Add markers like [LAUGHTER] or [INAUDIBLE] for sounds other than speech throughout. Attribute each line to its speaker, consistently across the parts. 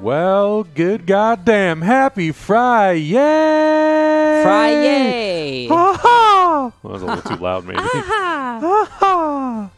Speaker 1: Well, good goddamn. Happy Fry. Yay!
Speaker 2: Fry-yay.
Speaker 1: Ha ha! That was a little too loud, maybe. Ha ha!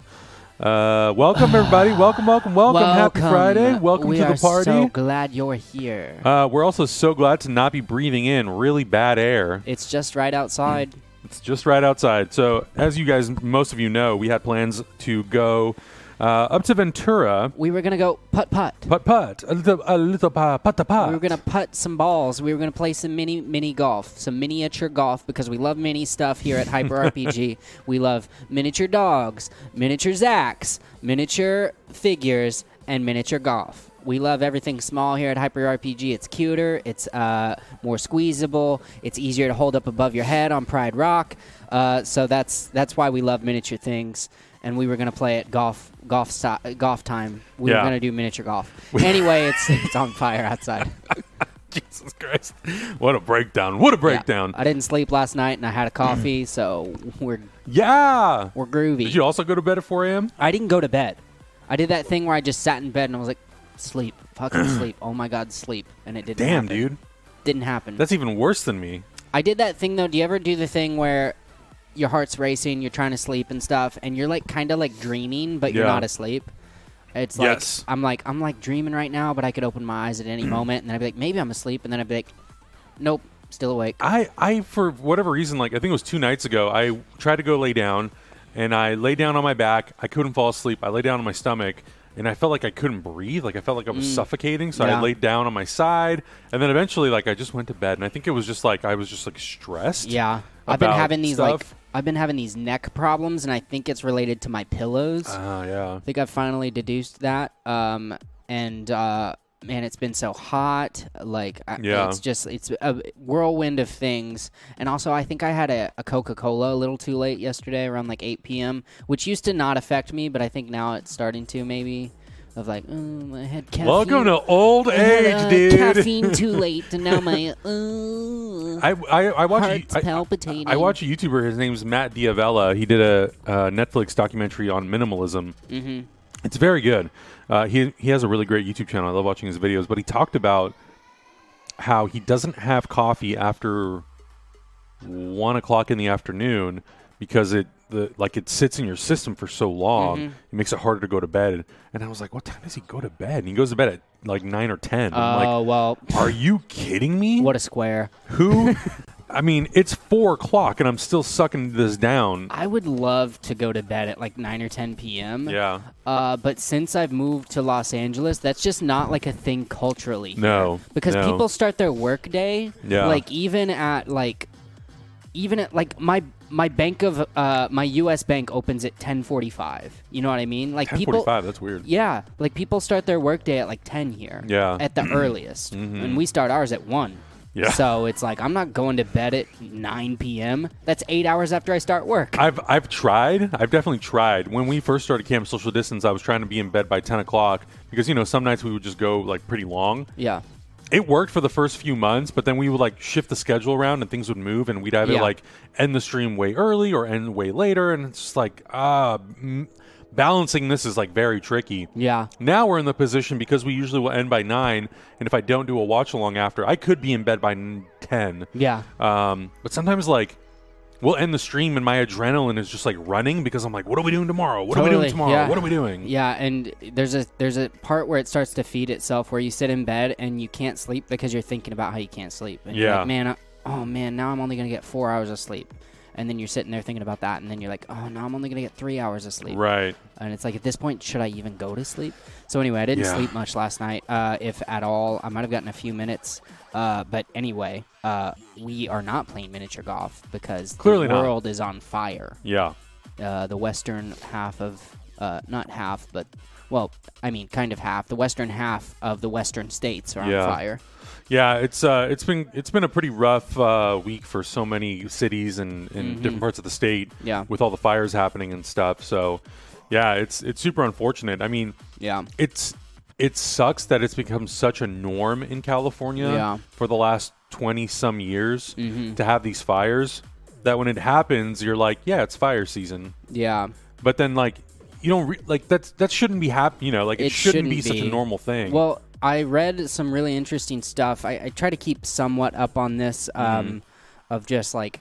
Speaker 1: Uh, welcome everybody! Welcome, welcome, welcome! Happy Friday! Welcome
Speaker 2: we
Speaker 1: to
Speaker 2: are
Speaker 1: the party.
Speaker 2: So glad you're here.
Speaker 1: uh, we're also so glad to not be breathing in really bad air.
Speaker 2: it's just right outside.
Speaker 1: It's just right outside. So, as you guys, most of you know, we had plans to go uh, up to Ventura,
Speaker 2: We were gonna go putt putt.
Speaker 1: putt putt, a little, a little putt, putt, putt.
Speaker 2: We were gonna putt some balls. We were gonna play some mini mini golf, some miniature golf because we love mini stuff here at Hyper RPG. We love miniature dogs, miniature Zacks, miniature figures, and miniature golf. We love everything small here at Hyper RPG. It's cuter, it's uh, more squeezable, it's easier to hold up above your head on Pride Rock. Uh, so that's that's why we love miniature things. And we were gonna play at golf golf so- golf time. We
Speaker 1: Yeah.
Speaker 2: were gonna do
Speaker 1: [LAUGHS]
Speaker 2: miniature golf. Anyway, it's it's on fire outside.
Speaker 1: [LAUGHS] Jesus Christ! What a breakdown! What a breakdown!
Speaker 2: Yeah. I didn't sleep last night and I had a coffee, so we're
Speaker 1: Yeah.
Speaker 2: we're groovy.
Speaker 1: Mm. Did you also go to bed at 4 a.m.?
Speaker 2: I didn't go to bed. I did that thing where I just sat in bed and I was like, sleep,
Speaker 1: [CLEARS THROAT]
Speaker 2: fucking sleep. Oh my god, sleep, and it didn't.
Speaker 1: Damn,
Speaker 2: happen.
Speaker 1: dude,
Speaker 2: didn't happen.
Speaker 1: that's even worse than me.
Speaker 2: I did that thing though. Do you ever do the thing where your heart's racing, you're trying to sleep and stuff, and you're like kind of like dreaming, but you're
Speaker 1: Yeah.
Speaker 2: not asleep? It's like
Speaker 1: Yes.
Speaker 2: I'm like I'm like dreaming right now, but I could open my eyes
Speaker 1: [CLEARS THROAT]
Speaker 2: at any moment, and then I'd be like, maybe I'm asleep, and then I'd be like, nope, still awake.
Speaker 1: I, I for whatever reason, like I think it was two nights ago, I tried to go lay down, and I lay down on my back. I couldn't fall asleep. I lay down on my stomach, and I felt like I couldn't breathe. Like I felt like I was suffocating. So
Speaker 2: Mm. Yeah.
Speaker 1: I laid down on my side, and then eventually, like I just went to bed. And I think it was just like I was just like stressed.
Speaker 2: Yeah. I've been
Speaker 1: about
Speaker 2: having these like
Speaker 1: stuff.
Speaker 2: I've been having these neck problems and I think it's related to my pillows. I
Speaker 1: Ah, yeah.
Speaker 2: think I've finally deduced that. Um and uh man it's been so hot like I,
Speaker 1: Yeah.
Speaker 2: it's just it's a whirlwind of things and also i think i had a, a coca-cola a little too late yesterday around like 8 p.m which used to not affect me but i think now it's starting to maybe of like mm, i had caffeine
Speaker 1: Welcome to old
Speaker 2: I had,
Speaker 1: age,
Speaker 2: uh,
Speaker 1: dude. [LAUGHS]
Speaker 2: caffeine too late and now my uh,
Speaker 1: I, I, I watch
Speaker 2: Heart's
Speaker 1: I-
Speaker 2: palpitating.
Speaker 1: I watch a YouTuber. His name's Matt Diavella. He did a uh, Netflix documentary on minimalism. Mm-hmm. It's very good. Uh, he he has a really great YouTube channel. I love watching his videos. But he talked about how he doesn't have coffee after one o'clock in the afternoon because it the like it sits in your system for so long
Speaker 2: Mm-hmm.
Speaker 1: it makes it harder to go to bed and i was like what time does he go to bed and he goes to bed at like 9 or 10 I'm
Speaker 2: Oh
Speaker 1: like
Speaker 2: well,
Speaker 1: are you kidding me
Speaker 2: what a square!
Speaker 1: who? I mean, it's four o'clock and I'm still sucking this down.
Speaker 2: I would love to go to bed at like nine or ten p.m.
Speaker 1: Yeah.
Speaker 2: Uh, but since I've moved to Los Angeles, that's just not like a thing culturally. here.
Speaker 1: No,
Speaker 2: Because
Speaker 1: no.
Speaker 2: people start their work day.
Speaker 1: Yeah.
Speaker 2: Like even at like, even at like my my bank of uh my U.S. bank opens at ten forty five. You know what I mean? Like
Speaker 1: Ten
Speaker 2: people.
Speaker 1: forty-five. That's weird.
Speaker 2: Yeah, like people start their workday at like ten here.
Speaker 1: Yeah. Mm-hmm.
Speaker 2: at the
Speaker 1: [CLEARS THROAT]
Speaker 2: earliest, and we start ours at one.
Speaker 1: Yeah.
Speaker 2: So it's like I'm not going to bed at nine p.m. That's eight hours after I start work.
Speaker 1: I've I've tried. I've definitely tried. When we first started Camp Social Distance, I was trying to be in bed by ten o'clock because you know some nights we would just go like pretty long.
Speaker 2: yeah.
Speaker 1: It worked for the first few months, but then we would like shift the schedule around and things would move, and we'd either
Speaker 2: Yeah.
Speaker 1: like end the stream way early or end way later, and it's just like ah, m- balancing this is like very tricky.
Speaker 2: Yeah.
Speaker 1: Now we're in the position because we usually will end by nine, and if I don't do a watch along after, I could be in bed by n- ten.
Speaker 2: Yeah.
Speaker 1: Um, but sometimes like we'll end the stream and my adrenaline is just like running because I'm like, what are we doing tomorrow? What are we
Speaker 2: Totally,
Speaker 1: doing tomorrow?
Speaker 2: yeah.
Speaker 1: What are we doing?
Speaker 2: Yeah, and there's a there's a part where it starts to feed itself where you sit in bed and you can't sleep because you're thinking about how you can't sleep. And you're
Speaker 1: Yeah.
Speaker 2: like, man, I, oh man, now I'm only gonna get four hours of sleep. And then you're sitting there thinking about that, and then you're like, "Oh, now I'm only gonna get three hours of sleep."
Speaker 1: Right.
Speaker 2: and it's like at this point should i even go to sleep so anyway i didn't
Speaker 1: Yeah.
Speaker 2: sleep much last night uh, if at all i might have gotten a few minutes uh, but anyway uh, we are not playing miniature golf because
Speaker 1: Clearly
Speaker 2: the
Speaker 1: not.
Speaker 2: world is on fire
Speaker 1: Yeah.
Speaker 2: uh, the western half of uh, not half but well i mean kind of half the western half of the western states are
Speaker 1: Yeah.
Speaker 2: on fire
Speaker 1: Yeah, it's uh, it's been it's been a pretty rough uh, week for so many cities and in different parts of the state.
Speaker 2: Mm-hmm. Yeah.
Speaker 1: with all the fires happening and stuff. So, yeah, it's it's super unfortunate. I mean,
Speaker 2: yeah
Speaker 1: it's it sucks that it's become such a norm in California
Speaker 2: Yeah. Mm-hmm.
Speaker 1: for the last 20 some years to have these fires that when it happens you're like yeah it's fire season
Speaker 2: yeah
Speaker 1: but then like you don't re- like that's that shouldn't be happening you know like it,
Speaker 2: It
Speaker 1: shouldn't,
Speaker 2: shouldn't
Speaker 1: be, such a
Speaker 2: be.
Speaker 1: normal thing
Speaker 2: Well, I read some really interesting stuff. I, I try to keep somewhat up on this
Speaker 1: Mm-hmm.
Speaker 2: um, of just like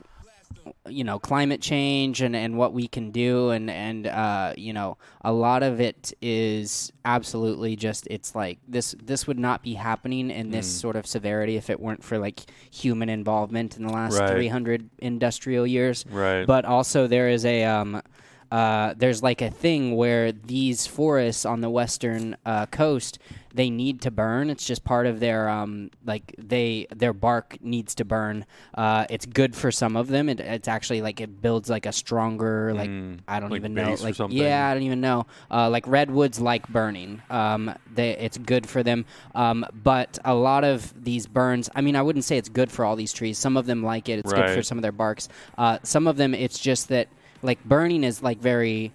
Speaker 2: you know climate change and, and what we can do and and uh, you know a lot of it is absolutely just it's like this this would not be happening in this
Speaker 1: Mm.
Speaker 2: sort of severity if it weren't for like human involvement in the last
Speaker 1: Right.
Speaker 2: 300 industrial years
Speaker 1: Right.
Speaker 2: but also there is a um, uh, there's like a thing where these forests on the western uh, coast they need to burn. It's just part of their um, like they their bark needs to burn. Uh, it's good for some of them. It, it's actually like it builds like a stronger like I don't
Speaker 1: Mm. like
Speaker 2: even know
Speaker 1: base or
Speaker 2: like
Speaker 1: something.
Speaker 2: yeah I don't even know uh, like redwoods like burning. Um, they it's good for them. Um, but a lot of these burns. I mean I wouldn't say it's good for all these trees. Some of them like it. It's good for
Speaker 1: Right.
Speaker 2: some of their barks. Uh, some of them, it's just that like burning is like very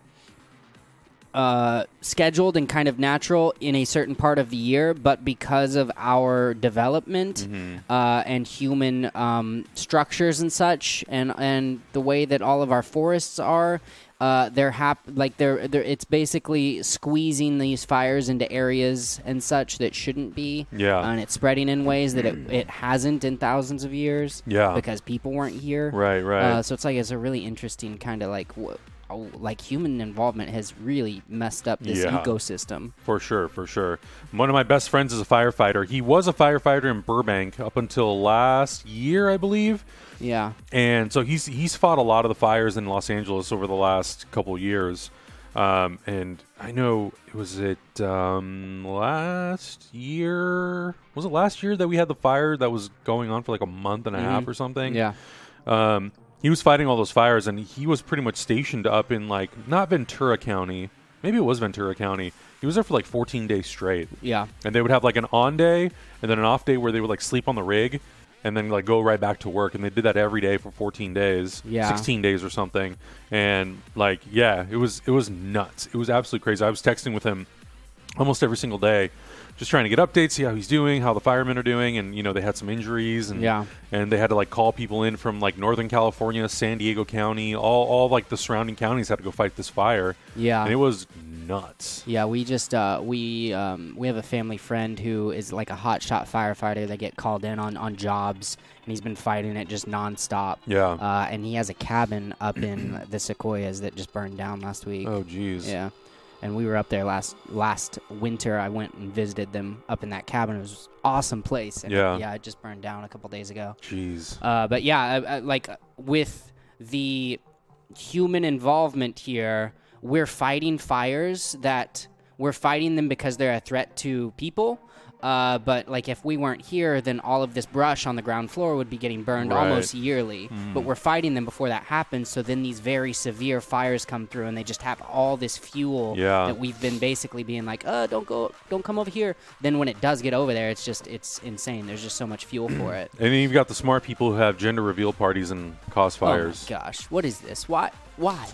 Speaker 2: uh, scheduled and kind of natural in a certain part of the year, but because of our development
Speaker 1: Mm-hmm.
Speaker 2: uh, and human um, structures and such, and and the way that all of our forests are. Uh, they're hap- like they're, they're it's basically squeezing these fires into areas and such that shouldn't be
Speaker 1: Yeah. Mm.
Speaker 2: and it's spreading in ways that it, it hasn't in thousands of years
Speaker 1: Yeah.
Speaker 2: because people weren't here
Speaker 1: Right, right.
Speaker 2: uh, so it's like it's a really interesting kind of like wh- oh, like human involvement has really messed up this
Speaker 1: Yeah.
Speaker 2: ecosystem.
Speaker 1: For sure, for sure. One of my best friends is a firefighter. He was a firefighter in Burbank up until last year, I believe.
Speaker 2: Yeah.
Speaker 1: And so he's he's fought a lot of the fires in Los Angeles over the last couple of years. Um, and I know was it um, last year? Was it last year that we had the fire that was going on for like a month and a half or something?
Speaker 2: Yeah.
Speaker 1: um, he was fighting all those fires, and he was pretty much stationed up in like not Ventura County, maybe it was Ventura County. He was there for like 14 days straight,
Speaker 2: Yeah.
Speaker 1: and they would have like an on day and then an off day where they would like sleep on the rig and then like go right back to work, and they did that every day for 14 days,
Speaker 2: Yeah.
Speaker 1: 16 days or something, and like yeah, it was it was nuts. It was absolutely crazy. I was texting with him almost every single day. Just trying to get updates, see how he's doing, how the firemen are doing, and you know they had some injuries, and
Speaker 2: Yeah.
Speaker 1: and they had to like call people in from like Northern California, San Diego County, all all like the surrounding counties had to go fight this fire.
Speaker 2: Yeah.
Speaker 1: and it was nuts.
Speaker 2: Yeah, we just uh, we um, we have a family friend who is like a hotshot firefighter that get called in on, on jobs, and he's been fighting it just nonstop.
Speaker 1: Yeah.
Speaker 2: uh, and he has a cabin up in the sequoias that just burned down last week.
Speaker 1: Oh geez.
Speaker 2: Yeah, and we were up there last last winter. I went and visited them up in that cabin. It was an awesome place. And
Speaker 1: Yeah.
Speaker 2: yeah, it just burned down a couple days ago.
Speaker 1: Jeez.
Speaker 2: Uh, but yeah, uh, uh, like uh, with the human involvement here, we're fighting fires that we're fighting them because they're a threat to people. Uh, but like if we weren't here, then all of this brush on the ground floor would be getting burned
Speaker 1: Right. Hmm.
Speaker 2: almost yearly. But we're fighting them before that happens. So then these very severe fires come through, and they just have all this fuel
Speaker 1: Yeah.
Speaker 2: that we've been basically being like, "Uh, don't go, don't come over here." Then when it does get over there, it's just it's insane. There's just so much fuel
Speaker 1: [CLEARS THROAT]
Speaker 2: for it.
Speaker 1: And then you've got the smart people who have gender reveal parties and cause fires.
Speaker 2: Oh my gosh, what is this? Why? Why?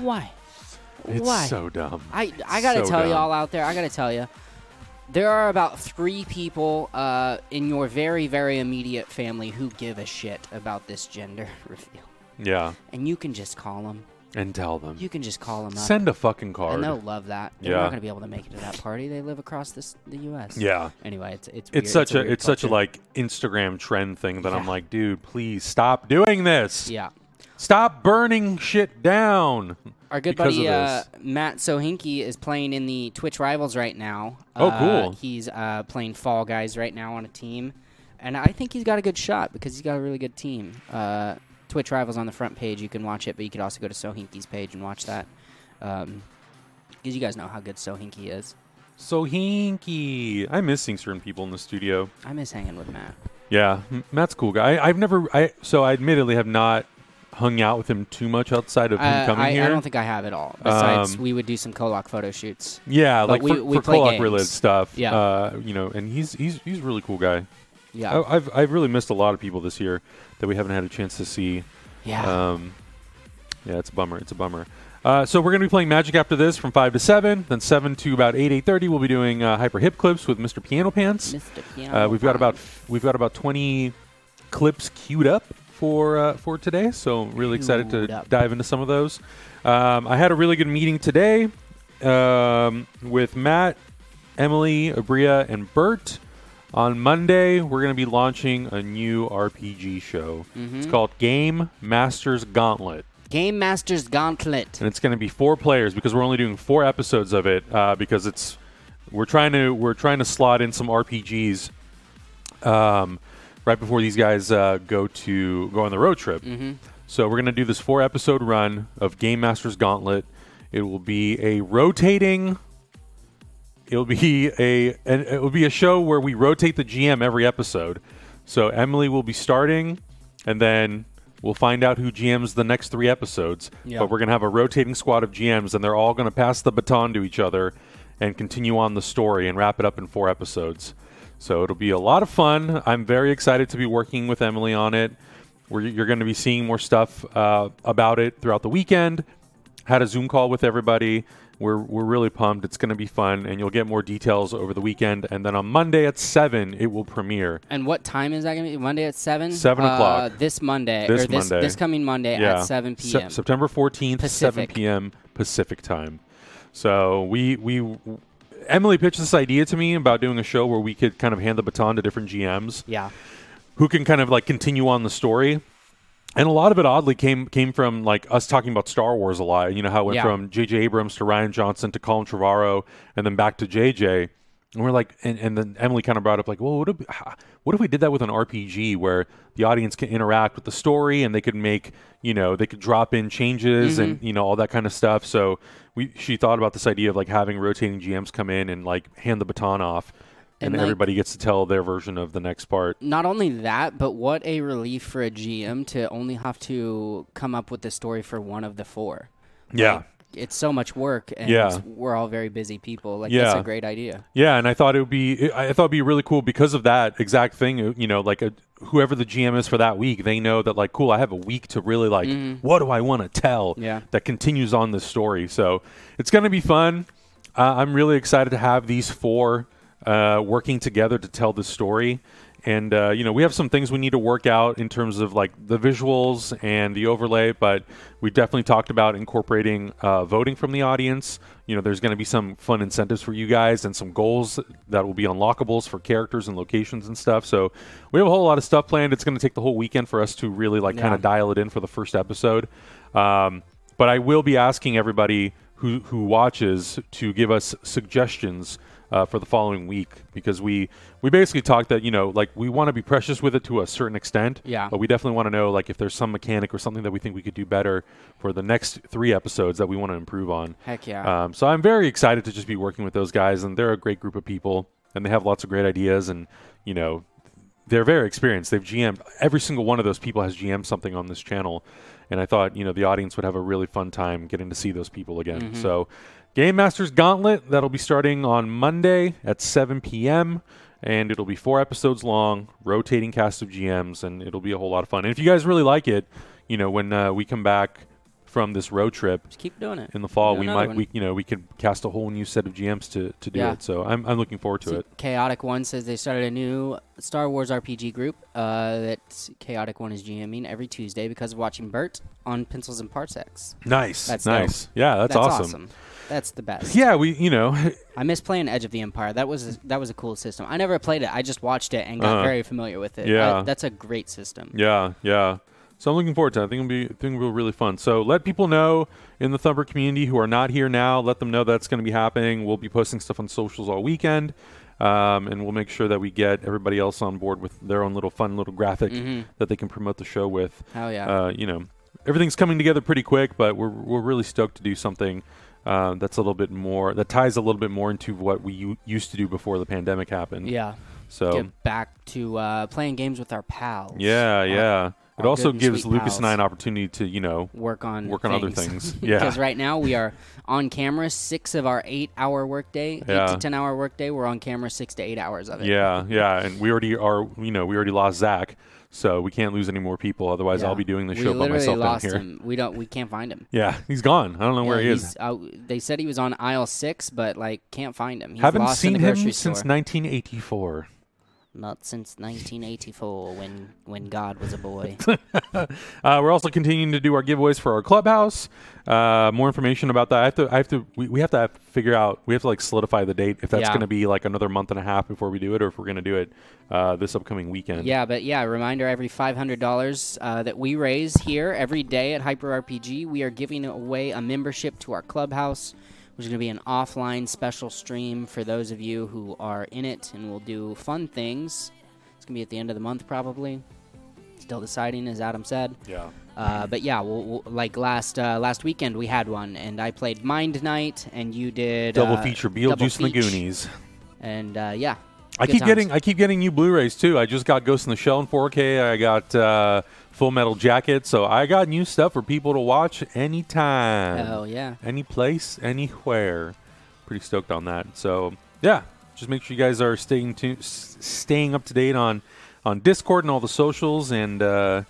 Speaker 2: Why?
Speaker 1: it's
Speaker 2: Why?
Speaker 1: so dumb.
Speaker 2: I I gotta
Speaker 1: so
Speaker 2: tell
Speaker 1: dumb.
Speaker 2: y'all out there. I gotta tell you, there are about three people uh, in your very very immediate family who give a shit about this gender [LAUGHS] reveal,
Speaker 1: yeah,
Speaker 2: and you can just call them.
Speaker 1: and tell them
Speaker 2: You can just call them up.
Speaker 1: send a fucking card.
Speaker 2: and they'll love that. They're
Speaker 1: Yeah.
Speaker 2: not gonna be able to make it to that party. They live across this, the U.S.
Speaker 1: Yeah.
Speaker 2: Anyway, it's it's weird.
Speaker 1: It's such a,
Speaker 2: weird
Speaker 1: it's such a
Speaker 2: culture.
Speaker 1: like Instagram trend thing that I'm
Speaker 2: Yeah.
Speaker 1: like, dude, please stop doing this.
Speaker 2: yeah.
Speaker 1: Stop burning shit down.
Speaker 2: Our good
Speaker 1: because
Speaker 2: buddy
Speaker 1: of
Speaker 2: uh,
Speaker 1: this.
Speaker 2: Matt Sohinki is playing in the Twitch Rivals right now.
Speaker 1: Oh,
Speaker 2: Uh,
Speaker 1: cool.
Speaker 2: He's uh, playing Fall Guys right now on a team, and I think he's got a good shot because he's got a really good team. Uh, Twitch Rivals on the front page, you can watch it, but you could also go to Sohinki's page and watch that. Um 'cause you guys know how good Sohinki is.
Speaker 1: So hinky. I miss seeing certain people in the studio.
Speaker 2: I miss hanging with Matt.
Speaker 1: Yeah, M- Matt's a cool guy. I, I've never. I so I admittedly have not hung out with him too much outside of
Speaker 2: Uh,
Speaker 1: him coming
Speaker 2: I,
Speaker 1: here.
Speaker 2: I don't think I have it all. Besides,
Speaker 1: Um,
Speaker 2: we would do some Kolok photo shoots.
Speaker 1: yeah,
Speaker 2: but
Speaker 1: like
Speaker 2: we-
Speaker 1: for,
Speaker 2: we
Speaker 1: for
Speaker 2: play
Speaker 1: Kolak
Speaker 2: games.
Speaker 1: related stuff.
Speaker 2: Yeah.
Speaker 1: uh, you know, and he's he's he's a really cool guy.
Speaker 2: Yeah,
Speaker 1: I, I've I've really missed a lot of people this year that we haven't had a chance to see.
Speaker 2: yeah.
Speaker 1: Um, yeah, it's a bummer. It's a bummer. Uh, so we're going to be playing Magic after this from five to seven, then seven to about eight eight thirty. We'll be doing uh, hyper hip clips with Mr. Piano Pants.
Speaker 2: Mr. Piano
Speaker 1: Uh, we've got
Speaker 2: Man.
Speaker 1: about we've got about 20 clips queued up for uh, for today, so I'm really excited
Speaker 2: Queued
Speaker 1: to
Speaker 2: up.
Speaker 1: dive into some of those. Um, I had a really good meeting today um, with Matt Emily, Abria, and Bert. On Monday, we're going to be launching a new RPG show.
Speaker 2: Mm-hmm.
Speaker 1: It's called Game Masters Gauntlet.
Speaker 2: Game Master's Gauntlet.
Speaker 1: and it's going to be four players because we're only doing four episodes of it uh, because it's we're trying to we're trying to slot in some RPGs um, right before these guys uh, go to go on the road trip. So we're going to do this four episode run of Game Master's Gauntlet. It will be a rotating. It'll be a an, it will be a show where we rotate the GM every episode. So Emily will be starting, and then we'll find out who GMs the next three episodes.
Speaker 2: Yeah.
Speaker 1: But we're going to have a rotating squad of GMs, and they're all going to pass the baton to each other and continue on the story and wrap it up in four episodes. So it'll be a lot of fun. I'm very excited to be working with Emily on it. We're, you're going to be seeing more stuff uh, about it throughout the weekend. Had a Zoom call with everybody. We're, we're really pumped. It's going to be fun, and you'll get more details over the weekend. And then on Monday at 7, it will premiere.
Speaker 2: And what time is that going to be? Monday at 7?
Speaker 1: 7 o'clock.
Speaker 2: This Monday.
Speaker 1: This
Speaker 2: or this,
Speaker 1: Monday.
Speaker 2: This coming Monday at 7
Speaker 1: Se-
Speaker 2: p.m.
Speaker 1: September 14th, 7
Speaker 2: Pacific.
Speaker 1: p.m. Pacific time. So we we Emily pitched this idea to me about doing a show where we could kind of hand the baton to different GMs
Speaker 2: yeah.
Speaker 1: who can kind of like continue on the story. And a lot of it oddly came came from like us talking about Star Wars a lot. You know how it went
Speaker 2: Yeah.
Speaker 1: from J.J. Abrams to Ryan Johnson to Colin Trevorrow and then back to J.J. And we're like, and, and then Emily kind of brought up like, well, what if, what if we did that with an RPG where the audience can interact with the story and they could make, you know, they could drop in changes and
Speaker 2: Mm-hmm.
Speaker 1: you know all that kind of stuff. So we she thought about this idea of like having rotating GMs come in and like hand the baton off, and,
Speaker 2: And, like-
Speaker 1: everybody gets to tell their version of the next part.
Speaker 2: Not only that, but what a relief for a GM to only have to come up with the story for one of the four.
Speaker 1: Yeah.
Speaker 2: It's so much work, and
Speaker 1: Yeah.
Speaker 2: we're all very busy people. Like,
Speaker 1: Yeah.
Speaker 2: that's a great idea.
Speaker 1: Yeah, and I thought it would be I I thought it'd be really cool because of that exact thing. uh, You know, like a, whoever the GM is for that week, they know that like, cool, I have a week to really like, what do I want to tell?
Speaker 2: Yeah.
Speaker 1: that continues on this story. So it's going to be fun. Uh, I'm really excited to have these four uh, working together to tell this story. And uh, you know, we have some things we need to work out in terms of like the visuals and the overlay, but we definitely talked about incorporating uh, voting from the audience. You know, there's going to be some fun incentives for you guys and some goals that will be unlockables for characters and locations and stuff. So we have a whole lot of stuff planned. It's going to take the whole weekend for us to really like kind
Speaker 2: Yeah.
Speaker 1: of dial it in for the first episode. Um, but I will be asking everybody who who watches to give us suggestions uh, for the following week because we we basically talked that you know like we want to be precious with it to a certain extent.
Speaker 2: Yeah.
Speaker 1: But we definitely want to know like if there's some mechanic or something that we think we could do better for the next three episodes that we want to improve on.
Speaker 2: Heck yeah.
Speaker 1: Um, so I'm very excited to just be working with those guys, and they're a great group of people, and they have lots of great ideas, and you know, they're very experienced. They've GM'd every single one of those people has GM'd something on this channel, and I thought you know the audience would have a really fun time getting to see those people again. So, Game Masters Gauntlet that'll be starting on Monday at 7 p.m. And it'll be four episodes long, rotating cast of GMs, and it'll be a whole lot of fun. And if you guys really like it, you know, when uh, we come back from this road trip,
Speaker 2: Just keep doing it.
Speaker 1: in the fall
Speaker 2: Do
Speaker 1: we
Speaker 2: another
Speaker 1: might
Speaker 2: one.
Speaker 1: we you know we could cast a whole new set of GMs to to do
Speaker 2: Yeah.
Speaker 1: it. So I'm I'm looking forward to
Speaker 2: See,
Speaker 1: it.
Speaker 2: Chaotic One says they started a new Star Wars RPG group uh, that Chaotic One is GMing every Tuesday because of watching Bert on Pencils and Parsecs.
Speaker 1: Nice,
Speaker 2: That's
Speaker 1: nice. Yeah, that's, awesome.
Speaker 2: That's the best.
Speaker 1: Yeah, we you know [LAUGHS]
Speaker 2: I miss playing Edge of the Empire. That was a, that was a cool system. I never played it. I just watched it and got
Speaker 1: Uh-huh.
Speaker 2: very familiar with it.
Speaker 1: Yeah.
Speaker 2: I- that's a great system.
Speaker 1: Yeah, yeah. So I'm looking forward to it. I think it'll be I think it'll be really fun. So let people know in the Thumper community who are not here now. Let them know that's going to be happening. We'll be posting stuff on socials all weekend, um, and we'll make sure that we get everybody else on board with their own little fun little graphic
Speaker 2: Mm-hmm.
Speaker 1: that they can promote the show with.
Speaker 2: Hell yeah.
Speaker 1: Uh, you know, everything's coming together pretty quick, but we're we're really stoked to do something. Uh, that's a little bit more. That ties a little bit more into what we u- used to do before the pandemic happened.
Speaker 2: Yeah.
Speaker 1: So
Speaker 2: Get back to uh, playing games with our pals. Uh,
Speaker 1: yeah,
Speaker 2: Our-
Speaker 1: yeah. It
Speaker 2: our
Speaker 1: also
Speaker 2: good and
Speaker 1: gives
Speaker 2: sweet
Speaker 1: Lucas and I
Speaker 2: pals.
Speaker 1: an opportunity to, you know,
Speaker 2: Work on
Speaker 1: work on other things.
Speaker 2: [LAUGHS]
Speaker 1: Yeah.
Speaker 2: Because right now we are on camera six of our eight hour workday, eight
Speaker 1: Yeah.
Speaker 2: to ten hour workday. We're on camera six to eight hours of it.
Speaker 1: Yeah, yeah. And we already are, you know, we already lost Zach, so we can't lose any more people. Otherwise,
Speaker 2: Yeah.
Speaker 1: I'll be doing the
Speaker 2: We
Speaker 1: show by
Speaker 2: literally
Speaker 1: myself down
Speaker 2: lost
Speaker 1: here.
Speaker 2: Him. We don't. We can't find him.
Speaker 1: Yeah, he's gone. I don't know where
Speaker 2: Yeah,
Speaker 1: he is.
Speaker 2: he's, uh, they said he was on aisle six, but like can't find him. He's
Speaker 1: Haven't
Speaker 2: lost in
Speaker 1: seen
Speaker 2: the
Speaker 1: him
Speaker 2: grocery
Speaker 1: since
Speaker 2: store.
Speaker 1: 1984.
Speaker 2: Not since 1984, when when God was
Speaker 1: [LAUGHS]
Speaker 2: a boy.
Speaker 1: Uh, we're also continuing to do our giveaways for our clubhouse. Uh, more information about that. I have to. I have to. We, we have to figure out. We have to like solidify the date if that's
Speaker 2: Yeah.
Speaker 1: going to be like another month and a half before we do it, or if we're going to do it uh, this upcoming weekend.
Speaker 2: yeah, but yeah, reminder: every five hundred dollars uh, that we raise here every day at Hyper RPG, we are giving away a membership to our clubhouse, which is going to be an offline special stream for those of you who are in it, and we'll do fun things. It's going to be at the end of the month, probably. Still deciding, as Adam said.
Speaker 1: Yeah.
Speaker 2: Uh, but yeah, we'll, we'll, like last uh, last weekend we had one, and I played Mind Knight, and you did
Speaker 1: Double
Speaker 2: uh,
Speaker 1: feature:
Speaker 2: double
Speaker 1: Beetlejuice and the
Speaker 2: feature.
Speaker 1: Goonies.
Speaker 2: And uh, yeah,
Speaker 1: I
Speaker 2: good
Speaker 1: keep
Speaker 2: times.
Speaker 1: getting. uh, I keep getting new Blu-rays too. I just got Ghost in the Shell in 4K. I got uh, Full Metal Jacket. So I got new stuff for people to watch anytime.
Speaker 2: Oh yeah,
Speaker 1: any place, anywhere. Pretty stoked on that. So yeah, just make sure you guys are staying to, s- staying up to date on on Discord and all the socials, and uh,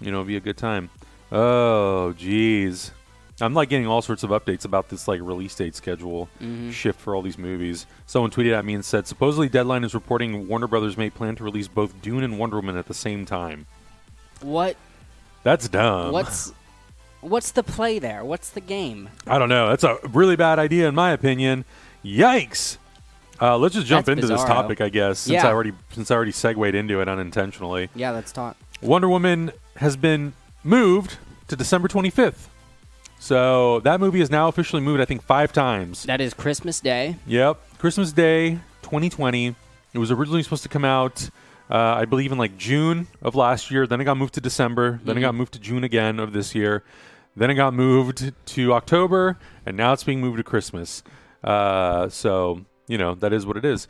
Speaker 1: you know, it'll be a good time. Oh, jeez, I'm like getting all sorts of updates about this like release date schedule shift for all these movies. Someone tweeted at me and said, supposedly Deadline is reporting Warner Brothers may plan to release both Dune and Wonder Woman at the same time.
Speaker 2: what
Speaker 1: That's dumb.
Speaker 2: what's what's the play there? What's the game?
Speaker 1: I don't know. That's a really bad idea, in my opinion. Yikes! Uh, let's just jump
Speaker 2: That's
Speaker 1: into this
Speaker 2: bizarro.
Speaker 1: topic, I guess, since
Speaker 2: Yeah.
Speaker 1: I already since I already segued into it unintentionally.
Speaker 2: Yeah, let's talk.
Speaker 1: Wonder Woman has been moved to December 25th, so that movie is now officially moved. I think five times.
Speaker 2: That is Christmas Day.
Speaker 1: Yep, Christmas Day, 2020. It was originally supposed to come out, uh, I believe, in like June of last year. Then it got moved to December. Then it got moved to June again of this year. Then it got moved to October, and now it's being moved to Christmas. Uh, so you know that is what it is.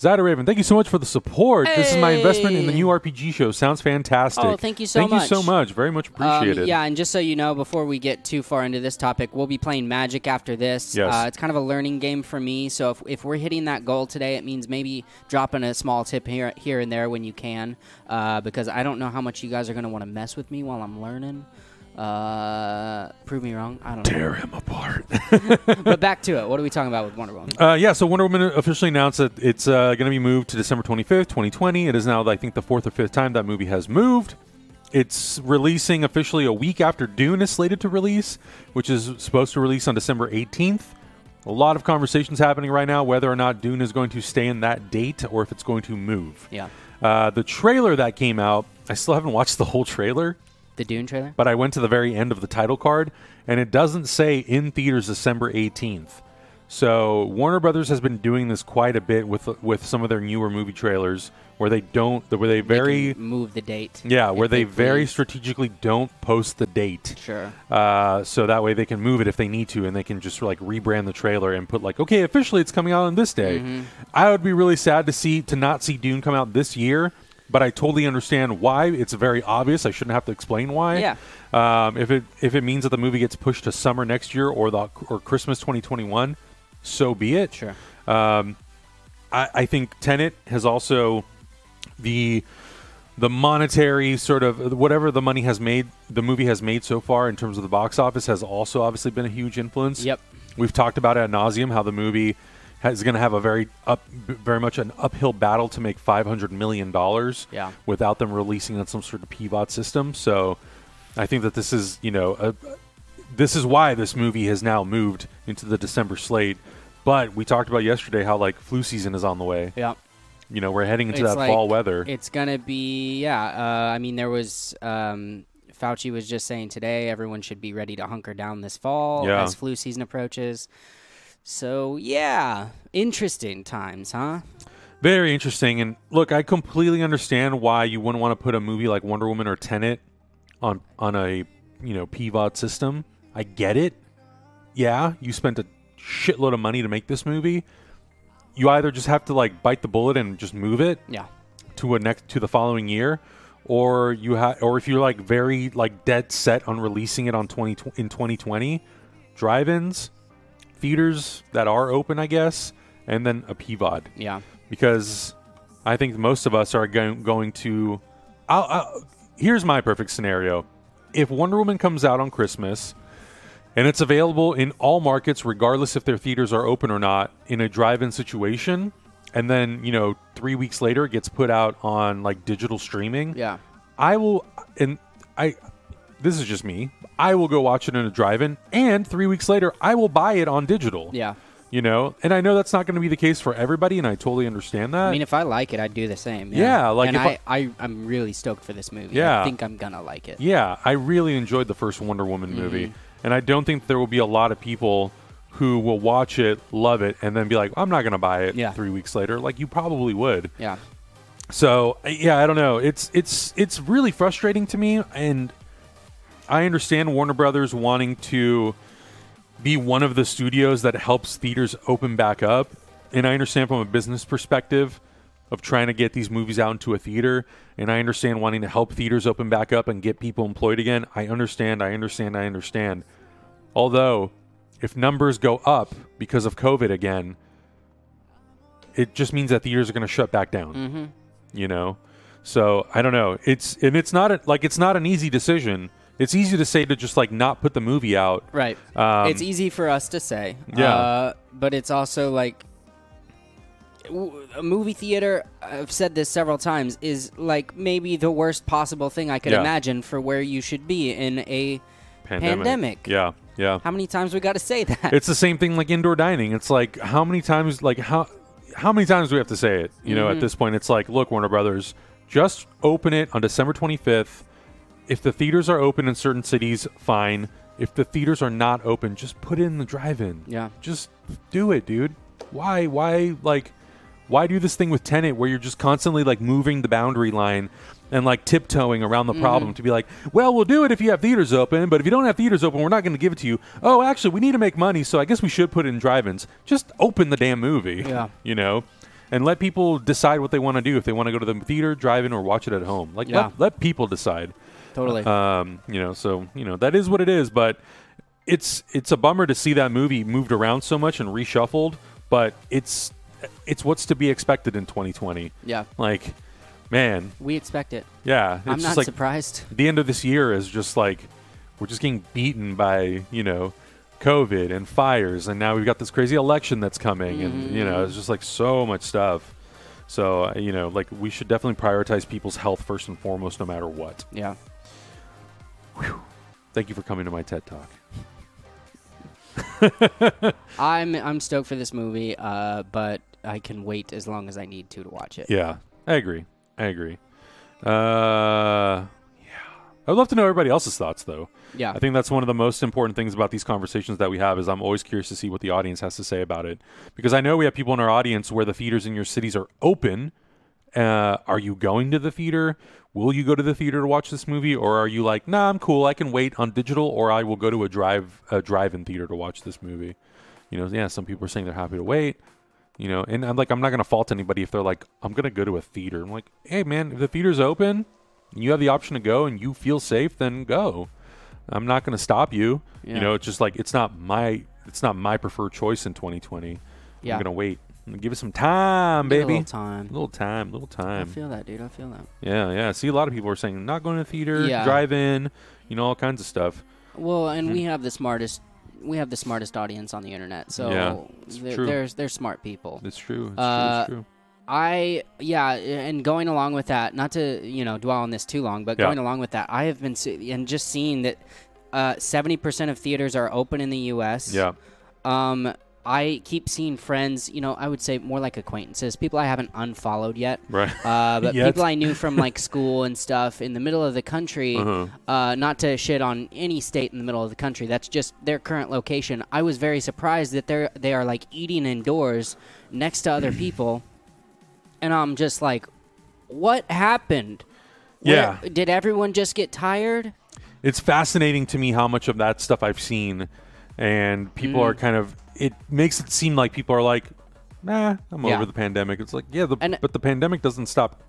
Speaker 1: Zyda Raven, thank you so much for the support. This is my investment in the
Speaker 2: Hey!
Speaker 1: new RPG show. Sounds fantastic.
Speaker 2: Oh, thank you so
Speaker 1: Thank
Speaker 2: much.
Speaker 1: you so much. Very much
Speaker 2: Um,
Speaker 1: appreciated.
Speaker 2: yeah, and just so you know, before we get too far into this topic, we'll be playing Magic after this.
Speaker 1: Yes.
Speaker 2: Uh, it's kind of a learning game for me. So if, if we're hitting that goal today, it means maybe dropping a small tip here here and there when you can, uh, because I don't know how much you guys are going to want to mess with me while I'm learning. Uh, prove me wrong. I don't
Speaker 1: Tear him apart.
Speaker 2: know. but back to it. What are we talking about with Wonder Woman?
Speaker 1: Uh, yeah, so Wonder Woman officially announced that it's uh, going to be moved to December 25th, 2020. It is now, I think, the fourth or fifth time that movie has moved. It's releasing officially a week after Dune is slated to release, which is supposed to release on December 18th. A lot of conversations happening right now whether or not Dune is going to stay in that date or if it's going to move.
Speaker 2: Yeah,
Speaker 1: Uh, the trailer that came out, I still haven't watched the whole trailer
Speaker 2: the Dune trailer.
Speaker 1: but I went to the very end of the title card and it doesn't say in theaters December 18th. So Warner Brothers has been doing this quite a bit with with some of their newer movie trailers where they don't where they very
Speaker 2: move the date.
Speaker 1: yeah, where
Speaker 2: if
Speaker 1: they very
Speaker 2: please.
Speaker 1: strategically don't post the date.
Speaker 2: sure.
Speaker 1: Uh, so that way they can move it if they need to, and they can just like rebrand the trailer and put like, okay, officially it's coming out on this day.
Speaker 2: Mm-hmm.
Speaker 1: I would be really sad to see to not see Dune come out this year, but I totally understand why. It's very obvious. I shouldn't have to explain why.
Speaker 2: Yeah.
Speaker 1: Um, if it if it means that the movie gets pushed to summer next year or the or Christmas 2021, so be it.
Speaker 2: Sure.
Speaker 1: I, I think Tenet has also the the monetary sort of whatever the money has made the movie has made so far in terms of the box office has also obviously been a huge influence.
Speaker 2: Yep.
Speaker 1: We've talked about ad nauseum how the movie is going to have a very up, very much an uphill battle to make five hundred million dollars.
Speaker 2: Yeah.
Speaker 1: Without them releasing on some sort of PVOD system, so I think that this is you know a, this is why this movie has now moved into the December slate. But we talked about yesterday how like flu season is on the way.
Speaker 2: Yeah.
Speaker 1: You know, we're heading into
Speaker 2: It's
Speaker 1: that
Speaker 2: like-
Speaker 1: fall weather.
Speaker 2: It's gonna be yeah. Uh, I mean, there was um, Fauci was just saying today everyone should be ready to hunker down this fall
Speaker 1: Yeah.
Speaker 2: as flu season approaches. So yeah, interesting times, huh?
Speaker 1: Very interesting. And look, I completely understand why you wouldn't want to put a movie like Wonder Woman or Tenet on on a you know PVOD system. I get it. Yeah, you spent a shitload of money to make this movie. You either just have to like bite the bullet and just move it
Speaker 2: Yeah,
Speaker 1: to a next to the following year, or you have, or if you're like very like dead set on releasing it on twenty tw- in twenty twenty, drive-ins, theaters that are open, I guess, and then a PVOD
Speaker 2: yeah,
Speaker 1: because I think most of us are going, going to. I'll, I'll, here's my perfect scenario: if Wonder Woman comes out on Christmas, and it's available in all markets, regardless if their theaters are open or not, in a drive-in situation, and then you know three weeks later it gets put out on like digital streaming
Speaker 2: Yeah.
Speaker 1: i will and i this is just me i will go watch it in a drive-in and three weeks later i will buy it on digital
Speaker 2: Yeah.
Speaker 1: you know and i know that's not going to be the case for everybody and i totally understand that
Speaker 2: I mean, if I like it, I'd do the same.
Speaker 1: Yeah, like,
Speaker 2: and
Speaker 1: if
Speaker 2: I, I, I'm really stoked for this movie. I
Speaker 1: Yeah.
Speaker 2: think I'm gonna like it.
Speaker 1: Yeah, I really enjoyed the first Wonder
Speaker 2: Mm-hmm.
Speaker 1: Woman movie, and I don't think there will be a lot of people who will watch it, love it, and then be like, "I'm not going to buy it."
Speaker 2: Yeah.
Speaker 1: three weeks later, like you probably would.
Speaker 2: Yeah.
Speaker 1: So I- yeah, I don't know. It's it's it's really frustrating to me, and I understand Warner Brothers wanting to be one of the studios that helps theaters open back up, and I understand from a business perspective of trying to get these movies out into a theater, and I understand wanting to help theaters open back up and get people employed again. I understand. I understand. I understand. Although, if numbers go up because of COVID again, it just means that theaters are going to shut back down you know so i don't know it's and it's not a, like it's not an easy decision it's easy to say to just like not put the movie out
Speaker 2: Right.
Speaker 1: Um,
Speaker 2: it's e-, easy for us to say.
Speaker 1: Yeah.
Speaker 2: Uh, but it's also like w- a movie theater. I've said this several times. Is like maybe the worst possible thing I could
Speaker 1: Yeah.
Speaker 2: imagine for where you should be in a. Pandemic.
Speaker 1: yeah yeah
Speaker 2: How many times we got to say that?
Speaker 1: it's the same thing like indoor dining it's like how many times like how how many times do we have to say it you know
Speaker 2: Mm-hmm.
Speaker 1: at this point it's like look warner brothers just open it on december 25th if the theaters are open in certain cities fine if the theaters are not open just put it in the drive-in
Speaker 2: Yeah.
Speaker 1: just do it dude why why like why do this thing with tenant where you're just constantly like moving the boundary line and like tiptoeing around
Speaker 2: Mm-hmm.
Speaker 1: the problem to be like well we'll do it if you have theaters open but if you don't have theaters open we're not going to give it to you oh actually we need to make money so i guess we should put it in drive-ins just open the damn movie
Speaker 2: Yeah.
Speaker 1: you know and let people decide what they want to do if they want to go to the theater drive-in or watch it at home like
Speaker 2: Yeah.
Speaker 1: let, let people decide
Speaker 2: totally.
Speaker 1: um, you know, so you know that is what it is. But it's it's a bummer to see that movie moved around so much and reshuffled. But it's it's what's to be expected in 2020.
Speaker 2: yeah.
Speaker 1: Like, man,
Speaker 2: We expect it.
Speaker 1: yeah. It's
Speaker 2: I'm
Speaker 1: just
Speaker 2: not
Speaker 1: like
Speaker 2: surprised. [LAUGHS]
Speaker 1: the end of this year is just like we're just getting beaten by you know COVID and fires, and now we've got this crazy election that's coming, and you
Speaker 2: Mm-hmm.
Speaker 1: know it's just like so much stuff. So uh, you know, like we should definitely prioritize people's health first and foremost, no matter what.
Speaker 2: Yeah.
Speaker 1: Thank you for coming to my TED talk.
Speaker 2: I'm I'm stoked for this movie, uh, but I can wait as long as I need to to watch it.
Speaker 1: Yeah, I agree. I agree. Uh, yeah, I'd love to know everybody else's thoughts, though.
Speaker 2: Yeah.
Speaker 1: I think that's one of the most important things about these conversations that we have is I'm always curious to see what the audience has to say about it because I know we have people in our audience where the theaters in your cities are open. Uh, are you going to the theater? Will you go to the theater to watch this movie, or are you like, nah, I'm cool, I can wait on digital, or I will go to a drive a drive-in theater to watch this movie? You know, yeah, some people are saying they're happy to wait. You know, and I'm like, I'm not gonna fault anybody if they're like, I'm gonna go to a theater. I'm like, hey man, if the theater's open and you have the option to go and you feel safe, then go. I'm not going to stop you.
Speaker 2: Yeah.
Speaker 1: You know, it's just like it's not my it's not my preferred choice in 2020.
Speaker 2: Yeah.
Speaker 1: I'm going to wait. I'm gonna give it some time,
Speaker 2: Give it a
Speaker 1: baby.
Speaker 2: little time.
Speaker 1: little time, little
Speaker 2: I
Speaker 1: time.
Speaker 2: feel that, dude. I feel that.
Speaker 1: yeah, yeah. See, a lot of people are saying not going to theater,
Speaker 2: Yeah.
Speaker 1: drive-in, you know, all kinds of stuff.
Speaker 2: Well, and
Speaker 1: Hmm.
Speaker 2: we have the smartest we have the smartest audience on the internet, so
Speaker 1: Yeah, it's
Speaker 2: they're,
Speaker 1: true.
Speaker 2: they're they're smart people.
Speaker 1: It's true. It's
Speaker 2: Uh,
Speaker 1: true. It's true.
Speaker 2: I yeah, and going along with that, not to you know dwell on this too long, but
Speaker 1: Yeah.
Speaker 2: going along with that, I have been se- and just seeing that uh, seventy percent of theaters are open in the U.S.
Speaker 1: Yeah,
Speaker 2: Um, I keep seeing friends, you know, I would say more like acquaintances, people I haven't unfollowed yet.
Speaker 1: right. [LAUGHS]
Speaker 2: [LAUGHS] Uh, but
Speaker 1: Yet.
Speaker 2: people I knew from like school and stuff in the middle of the country,
Speaker 1: Uh-huh.
Speaker 2: uh, not to shit on any state in the middle of the country. That's just their current location. I was very surprised that they're they are like eating indoors next to
Speaker 1: [CLEARS THROAT]
Speaker 2: other people, and I'm just like, what happened? Where-
Speaker 1: Yeah.
Speaker 2: did everyone just get tired?
Speaker 1: it's fascinating to me how much of that stuff I've seen, and people
Speaker 2: Mm.
Speaker 1: are kind of. It makes it seem like people are like, nah, I'm
Speaker 2: Yeah.
Speaker 1: over the pandemic. It's like, yeah, the,
Speaker 2: And-
Speaker 1: but the pandemic doesn't stop.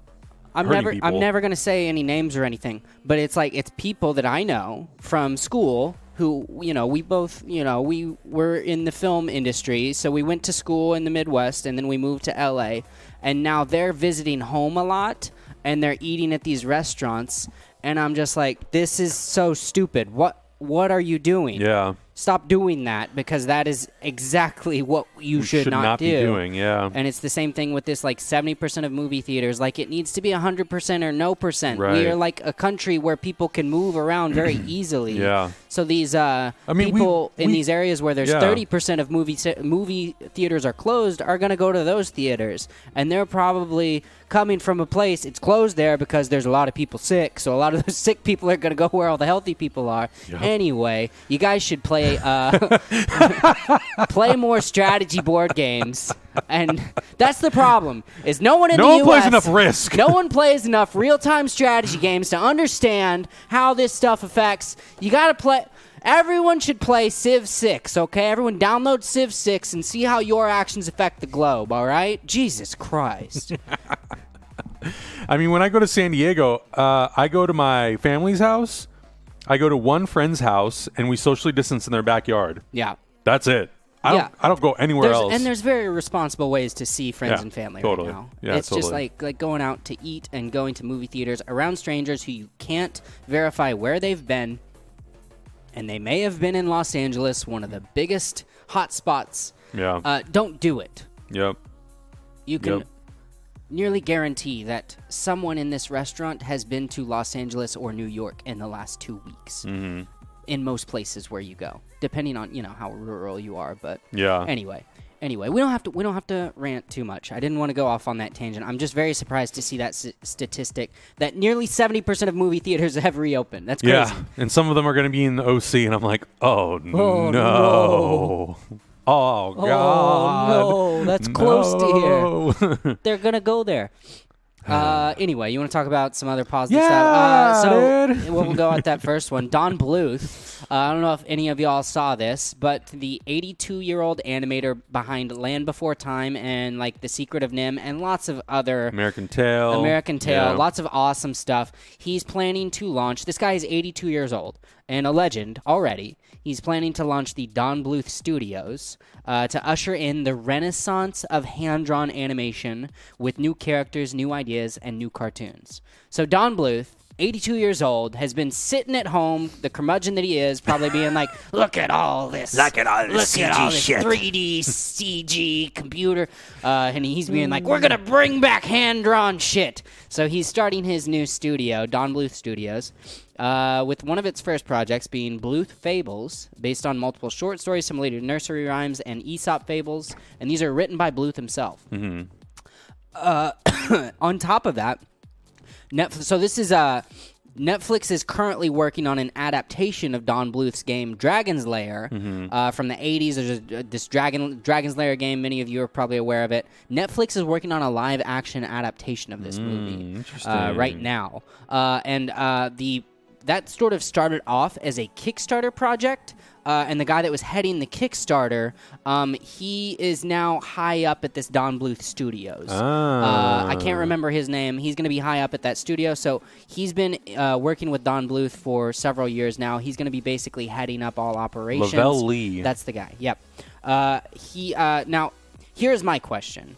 Speaker 2: I'm
Speaker 1: hurting
Speaker 2: never I'm
Speaker 1: people.
Speaker 2: never gonna say any names or anything, but it's like it's people that I know from school who you know we both you know we were in the film industry, so we went to school in the Midwest and then we moved to LA, and now they're visiting home a lot and they're eating at these restaurants, and I'm just like, this is so stupid. What what are you doing?
Speaker 1: Yeah,
Speaker 2: Stop doing that because that is exactly what you
Speaker 1: We
Speaker 2: should,
Speaker 1: not,
Speaker 2: do.
Speaker 1: be doing. Yeah,
Speaker 2: And it's the same thing with this like 70% of movie theaters. Like it needs to be 100% or no percent.
Speaker 1: Right.
Speaker 2: We are like a country where people can move
Speaker 1: [CLEARS THROAT]
Speaker 2: around very easily.
Speaker 1: Yeah.
Speaker 2: So these uh,
Speaker 1: I mean, we-
Speaker 2: people in
Speaker 1: we-
Speaker 2: these areas where there's
Speaker 1: Yeah.
Speaker 2: 30% of movie se- movie theaters are closed are going to go to those theaters. And they're probably coming from a place it's closed there because there's a lot of people sick. So a lot of those [LAUGHS] sick people are going to go where all the healthy people are. Anyway, you guys should play uh, play more strategy board games. And that's the problem is no one in
Speaker 1: No one
Speaker 2: the
Speaker 1: plays
Speaker 2: US
Speaker 1: enough Risk.
Speaker 2: No one plays enough real-time strategy games to understand how this stuff affects. You got to play Everyone should play Civ 6, okay? Everyone download Civ 6 and see how your actions affect the globe, all right?
Speaker 1: [LAUGHS]
Speaker 2: Jesus Christ.
Speaker 1: I mean, when I go to San Diego, uh, I go to my family's house. I go to one friend's house, and we socially distance in their backyard.
Speaker 2: yeah.
Speaker 1: That's it. I don't.
Speaker 2: Yeah.
Speaker 1: I don't go anywhere
Speaker 2: There's,
Speaker 1: else.
Speaker 2: and there's very responsible ways to see friends
Speaker 1: Yeah,
Speaker 2: and family
Speaker 1: totally.
Speaker 2: right now.
Speaker 1: Yeah,
Speaker 2: it's just
Speaker 1: totally.
Speaker 2: like like going out to eat and going to movie theaters around strangers who you can't verify where they've been, and they may have been in Los Angeles, one of the biggest hot spots.
Speaker 1: yeah.
Speaker 2: Uh, don't do it.
Speaker 1: yep.
Speaker 2: You can
Speaker 1: Yep.
Speaker 2: nearly guarantee that someone in this restaurant has been to Los Angeles or New York in the last two weeks. Mm-hmm. In most places where you go, depending on you know how rural you are, but
Speaker 1: Yeah.
Speaker 2: Anyway, anyway, we don't have to we don't have to rant too much. I didn't want to go off on that tangent. I'm just very surprised to see that s- statistic that nearly 70% of movie theaters [LAUGHS] have reopened. That's crazy.
Speaker 1: Yeah, and some of them are going to be in the OC, and I'm like, oh, no.
Speaker 2: no.
Speaker 1: oh god,
Speaker 2: Oh no, that's close to
Speaker 1: to here.
Speaker 2: here. They're gonna
Speaker 1: [SIGHS]
Speaker 2: go there. Uh, anyway, you want to talk about some other positive
Speaker 1: Yeah,
Speaker 2: stuff? Uh, so
Speaker 1: dude.
Speaker 2: [LAUGHS] we'll go at that first one. Don Bluth. Uh, I don't know if any of y'all saw this, but the 82-year-old animator behind Land Before Time and like The Secret of Nim and lots of other
Speaker 1: American Tail,
Speaker 2: American Tail,
Speaker 1: Yeah.
Speaker 2: lots of awesome stuff. He's planning to launch. This guy is 82 years old and a legend already. He's planning to launch the Don Bluth Studios uh, to usher in the renaissance of hand-drawn animation with new characters, new ideas, and new cartoons. So Don Bluth. 82 years old, has been sitting at home, the curmudgeon that he is, probably being like, Look at all this. Look at all this Look at all this 3D CG computer. Uh, and he's being like, We're going to bring back hand drawn shit. So he's starting his new studio, Don Bluth Studios, uh, with one of its first projects being Bluth Fables, based on multiple short stories, some later nursery rhymes, and Aesop Fables. And these are written by Bluth himself. Uh, on top of that, Netflix. So this is uh, Netflix is currently working on an adaptation of Don Bluth's game Dragon's Lair uh, from the '80s. There's a, this Dragon Dragon's Lair game. Many of you are probably aware of it. Netflix is working on a live action adaptation of this movie uh, right now, uh, and uh, the that sort of started off as a Kickstarter project. Uh, and the guy that was heading the Kickstarter, um, he is now high up at this Don Bluth Studios.
Speaker 1: Ah.
Speaker 2: Uh, I
Speaker 1: Um.
Speaker 2: can't remember his name. He's going to be high up at that studio. So he's been uh, working with Don Bluth for several years now. He's going to be basically heading up all operations.
Speaker 1: Lavelle Lee.
Speaker 2: That's the guy. Yep. Uh, he uh, now. Here's my question: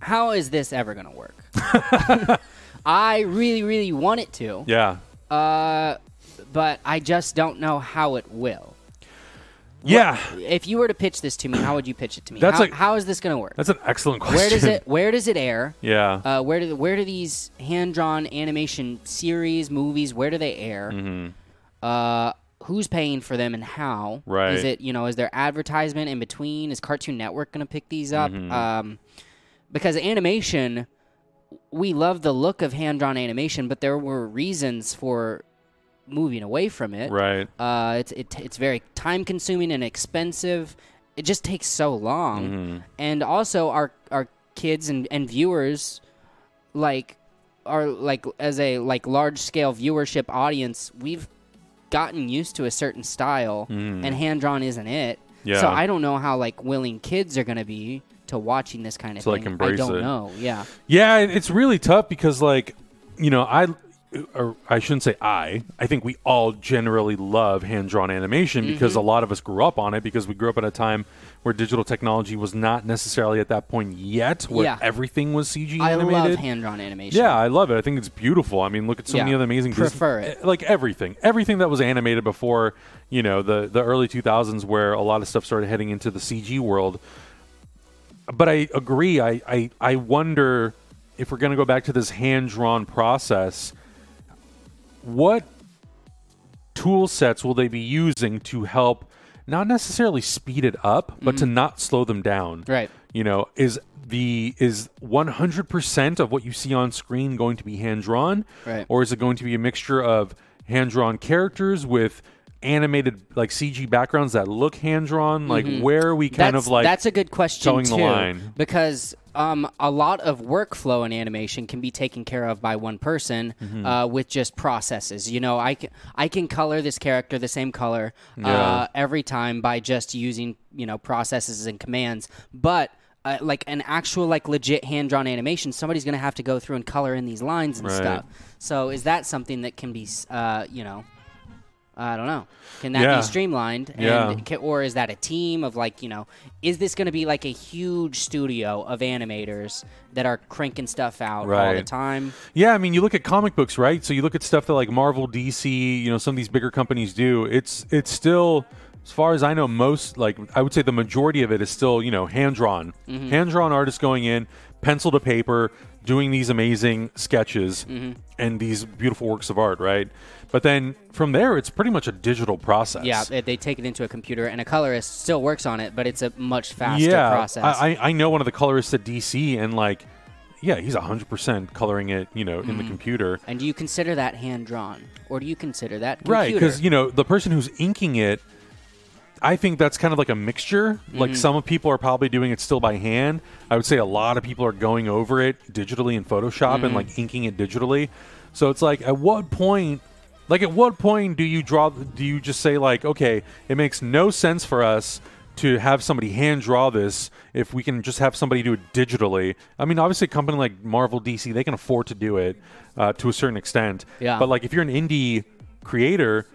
Speaker 2: How is this ever going
Speaker 1: [LAUGHS]
Speaker 2: to work? I really, really want it to,
Speaker 1: yeah,
Speaker 2: uh, but I just don't know how it will.
Speaker 1: yeah.
Speaker 2: If you were to pitch this to me, how would you pitch it to me?
Speaker 1: That's
Speaker 2: how,
Speaker 1: like-
Speaker 2: how is this going to work?
Speaker 1: That's an excellent question.
Speaker 2: Where does it? Where does it air?
Speaker 1: Yeah,
Speaker 2: Uh, where do where do these hand drawn animation series movies where do they air?
Speaker 1: Mm-hmm.
Speaker 2: Uh, who's paying for them and how?
Speaker 1: Right.
Speaker 2: Is it you know is there advertisement in between? Is Cartoon Network going to pick these up?
Speaker 1: Mm-hmm.
Speaker 2: Um, because animation, we love the look of hand drawn animation, but there were reasons for moving away from it.
Speaker 1: right.
Speaker 2: Uh, it's it, it's very time consuming and expensive. It just takes so long,
Speaker 1: Mm-hmm.
Speaker 2: and also our our kids and, and viewers, like, are like as a like large scale viewership audience, we've gotten used to a certain style, and hand drawn isn't it. So
Speaker 1: Mm-hmm. Yeah.
Speaker 2: I don't know how like willing kids are gonna be to watching this kind of
Speaker 1: To,
Speaker 2: thing.
Speaker 1: like, embrace
Speaker 2: I don't
Speaker 1: it.
Speaker 2: know. Yeah.
Speaker 1: Yeah, it- it's really tough because like, you know, I or I shouldn't say I. I think we all generally love hand-drawn animation
Speaker 2: Mm-hmm.
Speaker 1: because a lot of us grew up on it because we grew up at a time where digital technology was not necessarily at that point yet, where
Speaker 2: Yeah.
Speaker 1: everything was CG
Speaker 2: I
Speaker 1: animated.
Speaker 2: love hand-drawn animation.
Speaker 1: Yeah, I love it. I think it's beautiful. I mean, look at so
Speaker 2: Yeah.
Speaker 1: many other amazing Disney-
Speaker 2: Prefer it.
Speaker 1: eh, Like everything, everything that was animated before, you know, the the early 2000s, where a lot of stuff started heading into the CG world. But I agree. I I, I wonder if we're going to go back to this hand drawn process. What tool sets will they be using to help? Not necessarily speed it up, but to not slow them down
Speaker 2: Mm-hmm. Right.
Speaker 1: you know is the is 100% of what you see on screen going to be hand drawn
Speaker 2: Right.
Speaker 1: or is it going to be a mixture of hand drawn characters with animated like cg backgrounds that look hand drawn like where are we kind
Speaker 2: Mm-hmm. that's,
Speaker 1: of like
Speaker 2: that's a good question
Speaker 1: towing the
Speaker 2: too,
Speaker 1: line.
Speaker 2: because um, a lot of workflow in animation can be taken care of by one person
Speaker 1: Mm-hmm.
Speaker 2: uh, with just processes. You know, I can I can color this character the same color
Speaker 1: Yeah.
Speaker 2: uh, every time by just using you know processes and commands, but. Uh, like an actual like legit hand drawn animation somebody's gonna have to go through and color in these lines and
Speaker 1: Right.
Speaker 2: stuff so is that something that can be s- uh, you know I don't know. Can that
Speaker 1: Yeah.
Speaker 2: be streamlined? And
Speaker 1: Yeah.
Speaker 2: ca- or is that a team of like, you know, is this going to be like a huge studio of animators that are cranking stuff out all the
Speaker 1: Right.
Speaker 2: time?
Speaker 1: Yeah, I mean, you look at comic books, right? So you look at stuff that like Marvel, DC, you know, some of these bigger companies do. It's it's still, as far as I know, most like I would say the majority of it is still you know hand drawn,
Speaker 2: Mm-hmm.
Speaker 1: hand drawn artists going in, pencil to paper, doing these amazing sketches
Speaker 2: Mm-hmm.
Speaker 1: and these beautiful works of art, right? But then from there, it's pretty much a digital process.
Speaker 2: Yeah, they, they take it into a computer and a colorist still works on it, but it's a much faster process.
Speaker 1: I, I- I know one of the colorists at DC, and like, yeah, he's hundred percent coloring it, you know,
Speaker 2: Mm-hmm.
Speaker 1: in the computer.
Speaker 2: and do you consider that hand drawn or do you consider that computer?
Speaker 1: right because you know the person who's inking it i think that's kind of like a mixture
Speaker 2: Mm-hmm.
Speaker 1: like some of people are probably doing it still by hand i would say a lot of people are going over it digitally in photoshop
Speaker 2: Mm-hmm.
Speaker 1: and like inking it digitally so it's like at what point like at what point do you draw do you just say like okay it makes no sense for us to have somebody hand draw this if we can just have somebody do it digitally i mean obviously a company like marvel dc they can afford to do it uh, to a certain extent
Speaker 2: Yeah.
Speaker 1: but like if you're an indie creator,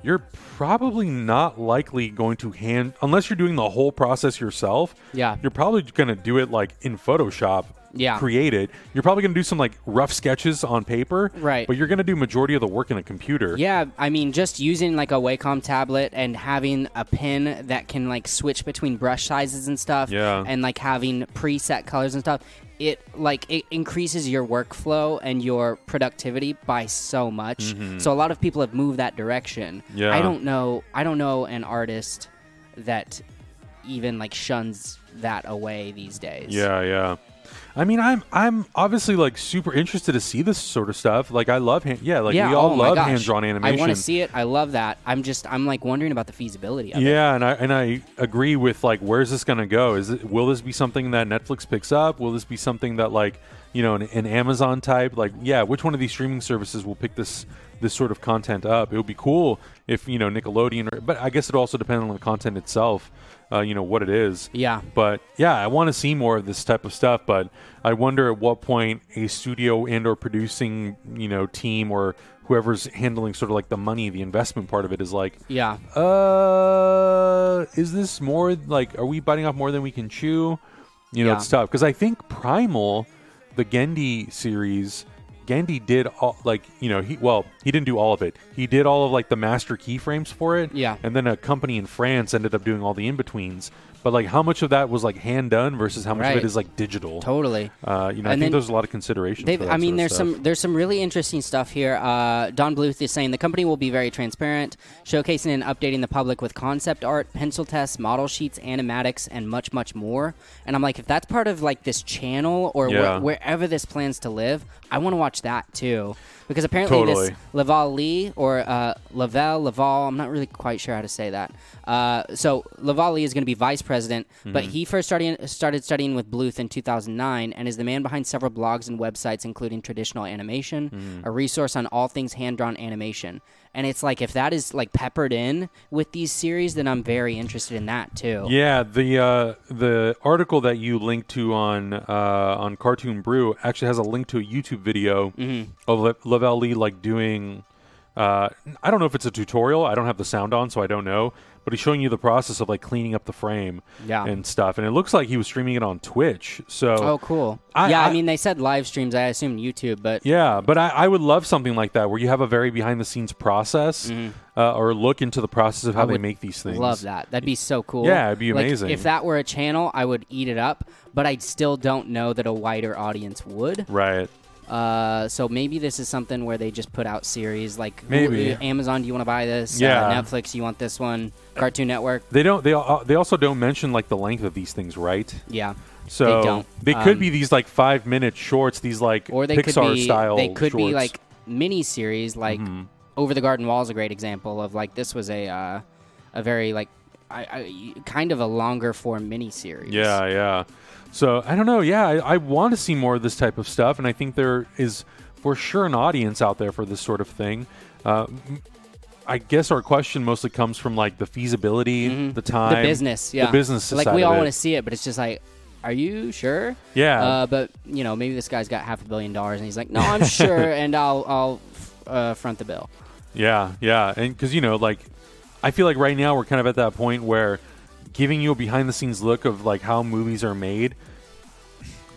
Speaker 1: you're probably not likely going to hand unless you're doing the whole process yourself.
Speaker 2: Yeah.
Speaker 1: You're probably going to do it like in Photoshop.
Speaker 2: Yeah.
Speaker 1: Create it. You're probably going to do some like rough sketches on paper.
Speaker 2: Right.
Speaker 1: But you're going to do majority of the work in a computer.
Speaker 2: Yeah, I mean, just using like a Wacom tablet and having a pen that can like switch between brush sizes and stuff,
Speaker 1: Yeah.
Speaker 2: and like having preset colors and stuff, it like it increases your workflow and your productivity by so much. So a lot of people have moved that direction.
Speaker 1: Mm-hmm. Yeah.
Speaker 2: I don't know. I don't know an artist that even like shuns that away these days.
Speaker 1: Yeah, yeah. I mean, I'm I'm obviously like super interested to see this sort of stuff. Like I love hand, yeah, like
Speaker 2: yeah,
Speaker 1: we all
Speaker 2: oh my
Speaker 1: love
Speaker 2: gosh.
Speaker 1: hand drawn animation.
Speaker 2: I want to see it. I love that. I'm just, I'm like wondering about the feasibility of it.
Speaker 1: Yeah, and I and I agree with like where's this gonna go? Is it will this be something that Netflix picks up? Will this be something that like you know an, an Amazon type? Like yeah, which one of these streaming services will pick this this sort of content up? It would be cool if you know Nickelodeon, or, but I guess it also depends on the content itself. Uh, you know what it is.
Speaker 2: Yeah.
Speaker 1: But yeah, I want to see more of this type of stuff. But I wonder at what point a studio and or producing you know team or whoever's handling sort of like the money, the investment part of it is like
Speaker 2: Yeah.
Speaker 1: uh, is this more like are we biting off more than we can chew? You know,
Speaker 2: Yeah.
Speaker 1: it's tough because I think Primal, the Gendy series, Gendy did all like you know he well he didn't do all of it. He did all of like the master keyframes for it.
Speaker 2: Yeah.
Speaker 1: and then a company in France ended up doing all the in betweens. But like, how much of that was like hand done versus how much of
Speaker 2: Right.
Speaker 1: it is like digital?
Speaker 2: Totally.
Speaker 1: Uh, you know, I think
Speaker 2: And then
Speaker 1: there's a lot of consideration.
Speaker 2: They've, I mean, there's some there's some really interesting stuff here. Uh, Don Bluth is saying the company will be very transparent, showcasing and updating the public with concept art, pencil tests, model sheets, animatics, and much much more. And I'm like, if that's part of like this channel or
Speaker 1: Yeah.
Speaker 2: where, wherever this plans to live, I want to watch that too. Because apparently this
Speaker 1: Totally.
Speaker 2: Laval Lee or uh, Lavelle Laval, I'm not really quite sure how to say that. Uh, so Laval Lee is going to be vice president, but
Speaker 1: Mm-hmm.
Speaker 2: he first started started studying with Bluth in 2009 and is the man behind several blogs and websites, including Traditional Animation,
Speaker 1: Mm-hmm.
Speaker 2: a resource on all things hand drawn animation. And it's like if that is like peppered in with these series, then I'm very interested in that too.
Speaker 1: Yeah, the uh, the article that you linked to on uh, on Cartoon Brew actually has a link to a YouTube video
Speaker 2: Mm-hmm.
Speaker 1: of La- Lavelle Lee like doing. Uh, I don't know if it's a tutorial. I don't have the sound on, so I don't know. But he's showing you the process of like cleaning up the frame
Speaker 2: Yeah.
Speaker 1: and stuff, and it looks like he was streaming it on Twitch. So
Speaker 2: Oh, cool.
Speaker 1: I-
Speaker 2: yeah, I,
Speaker 1: I-
Speaker 2: mean, they said live streams. I assume YouTube, but
Speaker 1: Yeah, but I, I would love something like that where you have a very behind the scenes process uh, or look into the process of how they
Speaker 2: Mm-hmm. would
Speaker 1: make these things.
Speaker 2: Love that. That'd be so cool.
Speaker 1: Yeah, it'd be
Speaker 2: Like,
Speaker 1: amazing.
Speaker 2: if that were a channel, I would eat it up, but I still don't know that a wider audience would.
Speaker 1: Right.
Speaker 2: Uh, so maybe this is something where they just put out series like who-
Speaker 1: Maybe.
Speaker 2: uh, Amazon, do you want to buy this? Uh,
Speaker 1: Yeah.
Speaker 2: Netflix, you want this one? Cartoon Network?
Speaker 1: They don't. They al- they also don't mention like the length of these things, right?
Speaker 2: Yeah.
Speaker 1: So
Speaker 2: They don't.
Speaker 1: they could
Speaker 2: Um,
Speaker 1: be these like five minute shorts. These like
Speaker 2: Or they
Speaker 1: Pixar
Speaker 2: could be
Speaker 1: style.
Speaker 2: they could be
Speaker 1: shorts. Mm-hmm.
Speaker 2: like mini series like Over the Garden Wall is a great example of like this was a uh, a very like I, I, kind of a longer form mini series.
Speaker 1: Yeah, yeah. So I don't know. Yeah, I, I want to see more of this type of stuff, and I think there is for sure an audience out there for this sort of thing. Uh, m- I guess our question mostly comes from like the feasibility, the time,
Speaker 2: Mm-hmm. the business, yeah,
Speaker 1: the business.
Speaker 2: Like
Speaker 1: side
Speaker 2: we
Speaker 1: of
Speaker 2: all
Speaker 1: it.
Speaker 2: want to see it, but it's just like, are you sure?
Speaker 1: Yeah.
Speaker 2: Uh, but you know, maybe this guy's got half a billion dollars, and he's like, no,
Speaker 1: [LAUGHS]
Speaker 2: I'm sure, and I'll I'll uh, front the bill.
Speaker 1: Yeah, yeah, and because you know, like, I feel like right now we're kind of at that point where giving you a behind the scenes look of like how movies are made.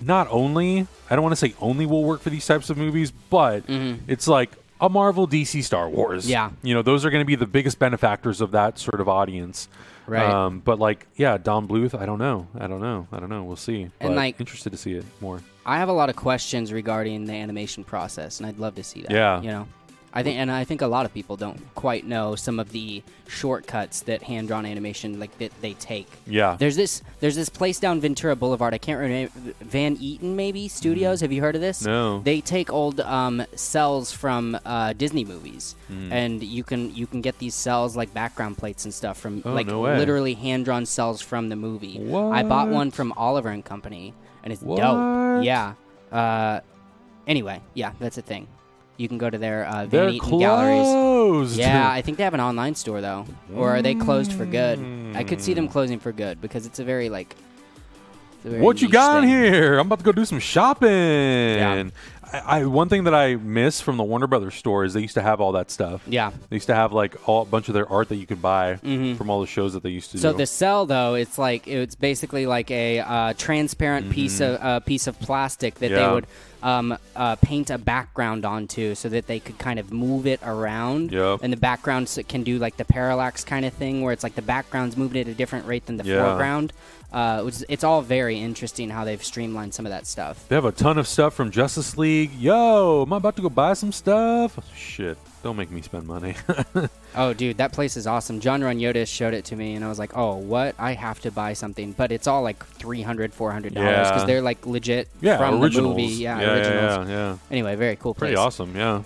Speaker 1: Not only I don't want to say only will work for these types of movies, but it's like a Marvel, DC, Star Wars.
Speaker 2: Mm-hmm. Yeah.
Speaker 1: you know, those are going to be the biggest benefactors of that sort of audience.
Speaker 2: Right.
Speaker 1: Um, but like, yeah, Don Bluth. I don't know. I don't know. I don't know. We'll see. But
Speaker 2: like-
Speaker 1: interested to see it more.
Speaker 2: I have a lot of questions regarding the animation process, and I'd love to see that.
Speaker 1: Yeah.
Speaker 2: You know, I think, and I think a lot of people don't quite know some of the shortcuts that hand drawn animation like that they take.
Speaker 1: Yeah.
Speaker 2: There's this there's this place down Ventura Boulevard. I can't remember Van Eaton maybe
Speaker 1: Mm-hmm.
Speaker 2: Studios. Have you heard of this?
Speaker 1: No.
Speaker 2: They take old um, cells from uh, Disney movies,
Speaker 1: Hmm.
Speaker 2: and you can you can get these cells like background plates and stuff from
Speaker 1: Oh,
Speaker 2: like
Speaker 1: no way.
Speaker 2: literally hand drawn cells from the movie. I bought
Speaker 1: What?
Speaker 2: one from Oliver and Company, and it's
Speaker 1: What?
Speaker 2: dope. Yeah. Uh, anyway, yeah, that's a thing. You can go to their uh, Van
Speaker 1: They're
Speaker 2: Eaton galleries.
Speaker 1: closed.
Speaker 2: Yeah, I think they have an online store though, or are they closed for good? I could see them
Speaker 1: Hmm.
Speaker 2: closing for good because it's a very like. it's a very
Speaker 1: What you
Speaker 2: niche
Speaker 1: got
Speaker 2: thing.
Speaker 1: here? I'm about to go do some shopping. I, I one thing that I miss from the Warner Brothers store is they used to have all that stuff.
Speaker 2: Yeah. Mm-hmm.
Speaker 1: They used to have like all, a bunch of their art that you could buy from all the shows that they used to
Speaker 2: So
Speaker 1: do.
Speaker 2: the cell though, it's like it's basically like a uh, transparent piece of uh, piece of plastic that
Speaker 1: Mm-hmm. Yeah.
Speaker 2: they would um, uh, paint a background onto, so that they could kind of move it around.
Speaker 1: Yep.
Speaker 2: And the background s- can do like the parallax kind of thing, where it's like the background's moving at a different rate than the
Speaker 1: Yeah.
Speaker 2: foreground. Uh, it was- it's all very interesting how they've streamlined some of that stuff.
Speaker 1: they have a ton of stuff from Justice League. Yo, am I about to go buy some stuff? Shit, don't make me spend money. [LAUGHS]
Speaker 2: Oh, dude, that place is awesome. John Ronyotis showed it to me, and I was like, oh, what? I have to buy something. But it's all like $300, $400 because
Speaker 1: Yeah.
Speaker 2: they're like legit
Speaker 1: yeah,
Speaker 2: from
Speaker 1: originals.
Speaker 2: the movie. Yeah,
Speaker 1: yeah,
Speaker 2: originals.
Speaker 1: yeah, yeah.
Speaker 2: Anyway, very cool place.
Speaker 1: Pretty awesome. Yeah.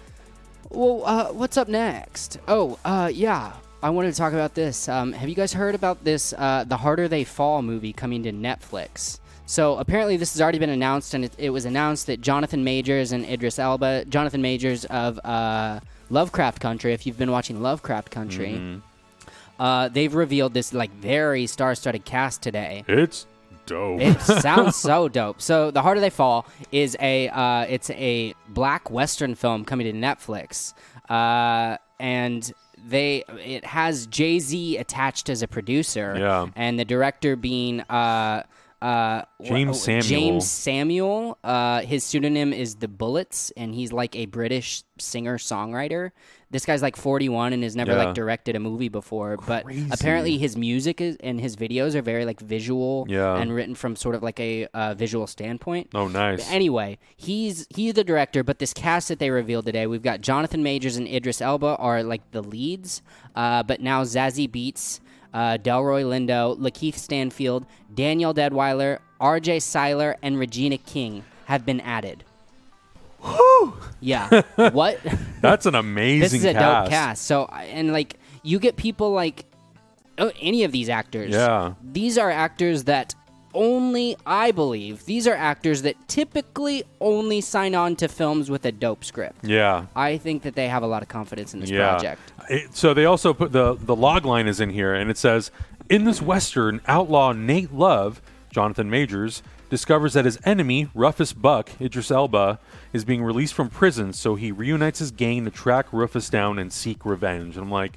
Speaker 2: Well, uh, what's up next? Oh, uh, yeah. I wanted to talk about this. Um, have you guys heard about this uh, The Harder They Fall movie coming to Netflix? So apparently, this has already been announced, and it, it was announced that Jonathan Majors and Idris Elba, Jonathan Majors of uh, Lovecraft Country, if you've been watching Lovecraft Country, uh, they've revealed this like very star-studded cast today.
Speaker 1: It's dope. [LAUGHS]
Speaker 2: It sounds so dope. So, The Harder They Fall is a uh, it's a black western film coming to Netflix, uh, and they it has Jay Z attached as a producer,
Speaker 1: Yeah.
Speaker 2: and the director being. Uh, uh, wh-
Speaker 1: James
Speaker 2: oh,
Speaker 1: Samuel.
Speaker 2: James Samuel. Uh, his pseudonym is The Bullets, and he's like a British singer songwriter. This guy's like 41 and has never
Speaker 1: Yeah.
Speaker 2: like directed a movie before, but
Speaker 1: Crazy.
Speaker 2: apparently his music is, and his videos are very like visual
Speaker 1: Yeah.
Speaker 2: and written from sort of like a uh, visual standpoint.
Speaker 1: oh, nice.
Speaker 2: Anyway, he's he's the director, but this cast that they revealed today, we've got Jonathan Majors and Idris Elba are like the leads, uh, but now Zazie Beats, uh, Delroy Lindo, Lakeith Stanfield, Daniel Deadweiler, R.J. Seiler, and Regina King have been added. Yeah. what?
Speaker 1: That's an amazing
Speaker 2: this is a
Speaker 1: cast.
Speaker 2: dope cast. So I- and like you get people like oh, any of these actors.
Speaker 1: Yeah.
Speaker 2: These are actors that only I believe these are actors that typically only sign on to films with a dope script.
Speaker 1: Yeah.
Speaker 2: I think that they have a lot of confidence in this
Speaker 1: yeah.
Speaker 2: project.
Speaker 1: It- so they also put the the log line is in here, and it says, "In this western, outlaw Nate Love, Jonathan Majors, discovers that his enemy, Rufus Buck Idris Elba, is being released from prison. So he reunites his gang to track Rufus down and seek revenge." And I'm like.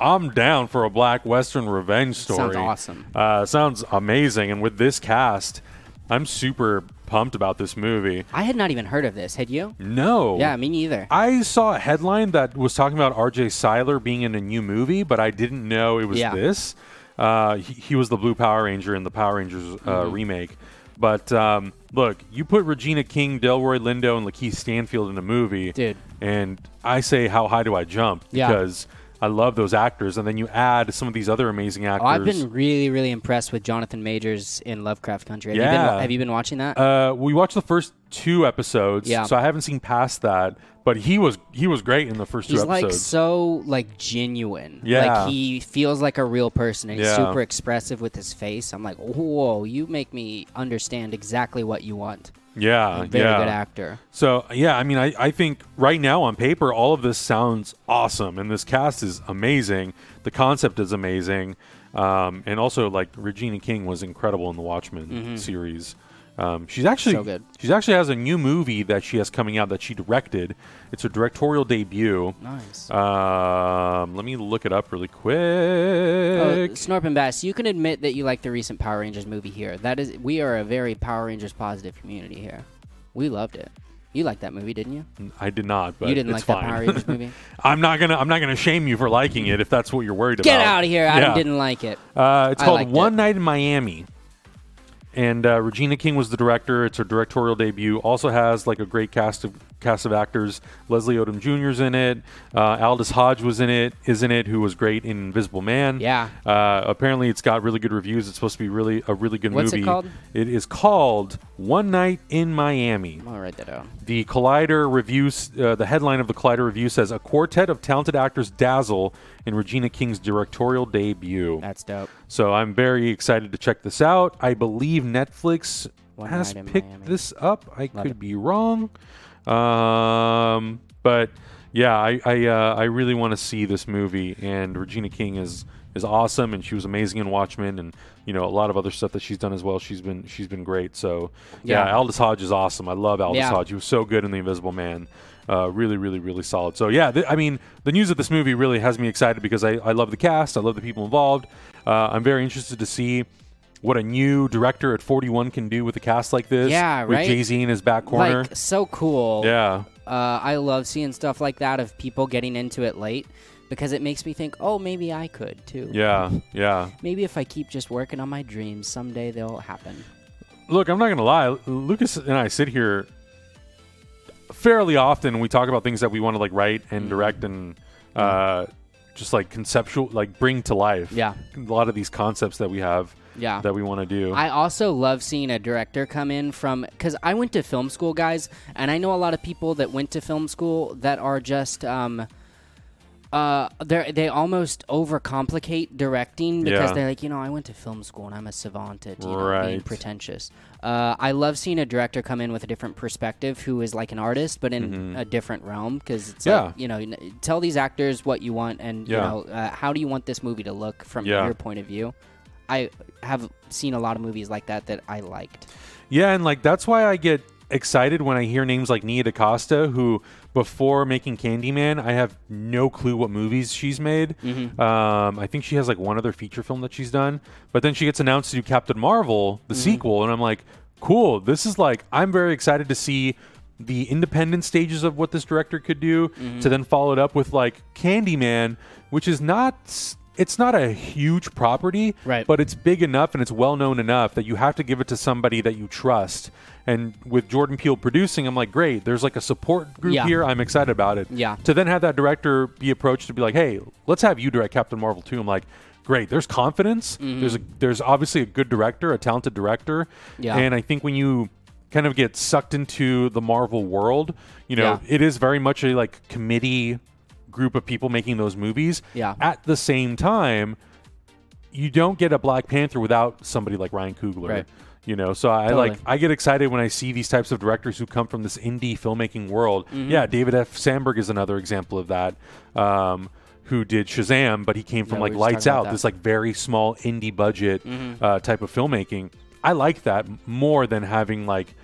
Speaker 1: I'm down for a black western revenge story.
Speaker 2: Sounds awesome.
Speaker 1: Uh, sounds amazing, and with this cast, I'm super pumped about this movie.
Speaker 2: I had not even heard of this. Had you?
Speaker 1: No,
Speaker 2: Yeah, me neither.
Speaker 1: I saw a headline that was talking about R.J. Seiler being in a new movie, but I didn't know it was
Speaker 2: Yeah.
Speaker 1: this. Uh, he, he was the Blue Power Ranger in the Power Rangers uh,
Speaker 2: Mm-hmm.
Speaker 1: remake. But um, look, you put Regina King, Delroy Lindo, and Lakeith Stanfield in a movie,
Speaker 2: Dude.
Speaker 1: and I say, how high do I jump?
Speaker 2: Yeah.
Speaker 1: Because I love those actors, and then you add some of these other amazing actors.
Speaker 2: Oh, I've been really, really impressed with Jonathan Majors in Lovecraft Country. Have, you,
Speaker 1: Yeah.
Speaker 2: been, have you been watching that?
Speaker 1: Uh, we watched the first two episodes,
Speaker 2: Yeah.
Speaker 1: so I haven't seen past that. But he was he was great in the first
Speaker 2: he's
Speaker 1: two episodes.
Speaker 2: like so like genuine.
Speaker 1: Yeah.
Speaker 2: Like he feels like a real person and he's
Speaker 1: Yeah.
Speaker 2: super expressive with his face. I'm like, whoa, you make me understand exactly what you want.
Speaker 1: yeah,
Speaker 2: Very
Speaker 1: yeah.
Speaker 2: good actor.
Speaker 1: So yeah, I mean, I, I think right now on paper, all of this sounds awesome, and this cast is amazing. The concept is amazing, um, and also like Regina King was incredible in the Watchmen series. Um, she's actually
Speaker 2: Mm-hmm. So good.
Speaker 1: she actually has a new movie that she has coming out that she directed. It's her directorial debut. Uh,
Speaker 2: Nice.
Speaker 1: Um, let me look it up really quick.
Speaker 2: Oh, Snorp and Bass, you can admit that you like the recent Power Rangers movie here. That is, we are a very Power Rangers positive community here. We loved it. You liked that movie, didn't you?
Speaker 1: I did not, but
Speaker 2: you didn't
Speaker 1: it's
Speaker 2: like
Speaker 1: fine.
Speaker 2: that Power Rangers movie.
Speaker 1: [LAUGHS] I'm not gonna I'm not gonna shame you for liking it if that's what you're worried
Speaker 2: Get
Speaker 1: about.
Speaker 2: out of here! I
Speaker 1: Yeah.
Speaker 2: didn't like it.
Speaker 1: Uh, it's
Speaker 2: I
Speaker 1: called
Speaker 2: liked
Speaker 1: One
Speaker 2: it.
Speaker 1: Night in Miami. And uh, Regina King was the director. It's her directorial debut. Also has like a great cast of cast of actors. Leslie Odom Jr.'s in it. Uh, Aldous Hodge was in it. Is in it. Who was great in Invisible Man.
Speaker 2: Yeah.
Speaker 1: Uh, apparently, it's got really good reviews. It's supposed to be really a really good
Speaker 2: What's it
Speaker 1: movie.
Speaker 2: called?
Speaker 1: It is called One Night in Miami.
Speaker 2: I'm gonna write that down.
Speaker 1: The Collider review, uh, the headline of the Collider review says a quartet of talented actors dazzle in Regina King's directorial debut.
Speaker 2: That's dope.
Speaker 1: So I'm very excited to check this out. I believe Netflix
Speaker 2: One
Speaker 1: has
Speaker 2: Night in
Speaker 1: picked
Speaker 2: Miami.
Speaker 1: this up. I
Speaker 2: Love
Speaker 1: could
Speaker 2: it.
Speaker 1: be wrong, um, but yeah, I I, uh, I really want to see this movie. And Regina King is is awesome, and she was amazing in Watchmen, and you know a lot of other stuff that she's done as well. She's been she's been great. So yeah,
Speaker 2: Yeah.
Speaker 1: Aldous Hodge is awesome. I love Aldous
Speaker 2: Yeah.
Speaker 1: Hodge. He was so good in The Invisible Man. Uh, really, really, really solid. So yeah, th- I mean, the news of this movie really has me excited because I, I love the cast. I love the people involved. Uh, I'm very interested to see what a new director at 41 can do with a cast like this.
Speaker 2: Yeah,
Speaker 1: With
Speaker 2: right?
Speaker 1: Jay Z in his back corner.
Speaker 2: Like so cool.
Speaker 1: yeah,
Speaker 2: Uh, I love seeing stuff like that of people getting into it late because it makes me think, oh, maybe I could too.
Speaker 1: yeah, yeah.
Speaker 2: Maybe if I keep just working on my dreams, someday they'll happen.
Speaker 1: Look, I'm not gonna lie. Lucas and I sit here fairly often. and We talk about things that we want to like write
Speaker 2: Mm-hmm.
Speaker 1: and direct and uh, just like conceptual, like bring to life.
Speaker 2: Yeah.
Speaker 1: a lot of these concepts that we have.
Speaker 2: Yeah.
Speaker 1: that we want to do.
Speaker 2: I also love seeing a director come in from because I went to film school, guys, and I know a lot of people that went to film school that are just um, uh, they they almost overcomplicate directing because
Speaker 1: Yeah.
Speaker 2: they're like, you know, I went to film school and I'm a savant at you know, being
Speaker 1: Right.
Speaker 2: pretentious. Uh, I love seeing a director come in with a different perspective who is like an artist but in a different realm because it's
Speaker 1: Mm-hmm. Yeah.
Speaker 2: like, you know, n- tell these actors what you want and you
Speaker 1: Yeah.
Speaker 2: know uh, how do you want this movie to look from
Speaker 1: Yeah.
Speaker 2: your point of view. I have seen a lot of movies like that that I liked.
Speaker 1: yeah, and like that's why I get excited when I hear names like Nia DaCosta, who before making Candyman, I have no clue what movies she's made. Um, I think she has like one other feature film that she's done, but then she gets announced to do Captain Marvel, the sequel, and I'm like, cool. This is like I'm very excited to see the independent stages of what this director could do to then follow it up with like Candyman, which is not. s- It's not a huge property,
Speaker 2: Right.
Speaker 1: But but it's big enough and it's well known enough that you have to give it to somebody that you trust. And with Jordan Peele producing, I'm like, great. There's like a support group
Speaker 2: Yeah.
Speaker 1: here. I'm excited about it.
Speaker 2: Yeah.
Speaker 1: To then have that director be approached to be like, hey, let's have you direct Captain Marvel too. I'm like, great. There's confidence.
Speaker 2: Mm-hmm.
Speaker 1: There's a, there's obviously a good director, a talented director.
Speaker 2: Yeah.
Speaker 1: And I think when you kind of get sucked into the Marvel world, you know,
Speaker 2: Yeah.
Speaker 1: it is very much a like committee group of people making those movies
Speaker 2: Yeah.
Speaker 1: at the same time you don't get a Black Panther without somebody like Ryan Coogler.
Speaker 2: Right.
Speaker 1: You know, so I
Speaker 2: Totally.
Speaker 1: like I get excited when I see these types of directors who come from this indie filmmaking world.
Speaker 2: Mm-hmm.
Speaker 1: Yeah, David F. Sandberg is another example of that. Um, who did Shazam, but he came from
Speaker 2: Yeah,
Speaker 1: like
Speaker 2: we were just
Speaker 1: Lights
Speaker 2: talking about
Speaker 1: Out,
Speaker 2: that. Mm-hmm.
Speaker 1: this like very small indie budget uh, type of filmmaking. I like that m- more than having like,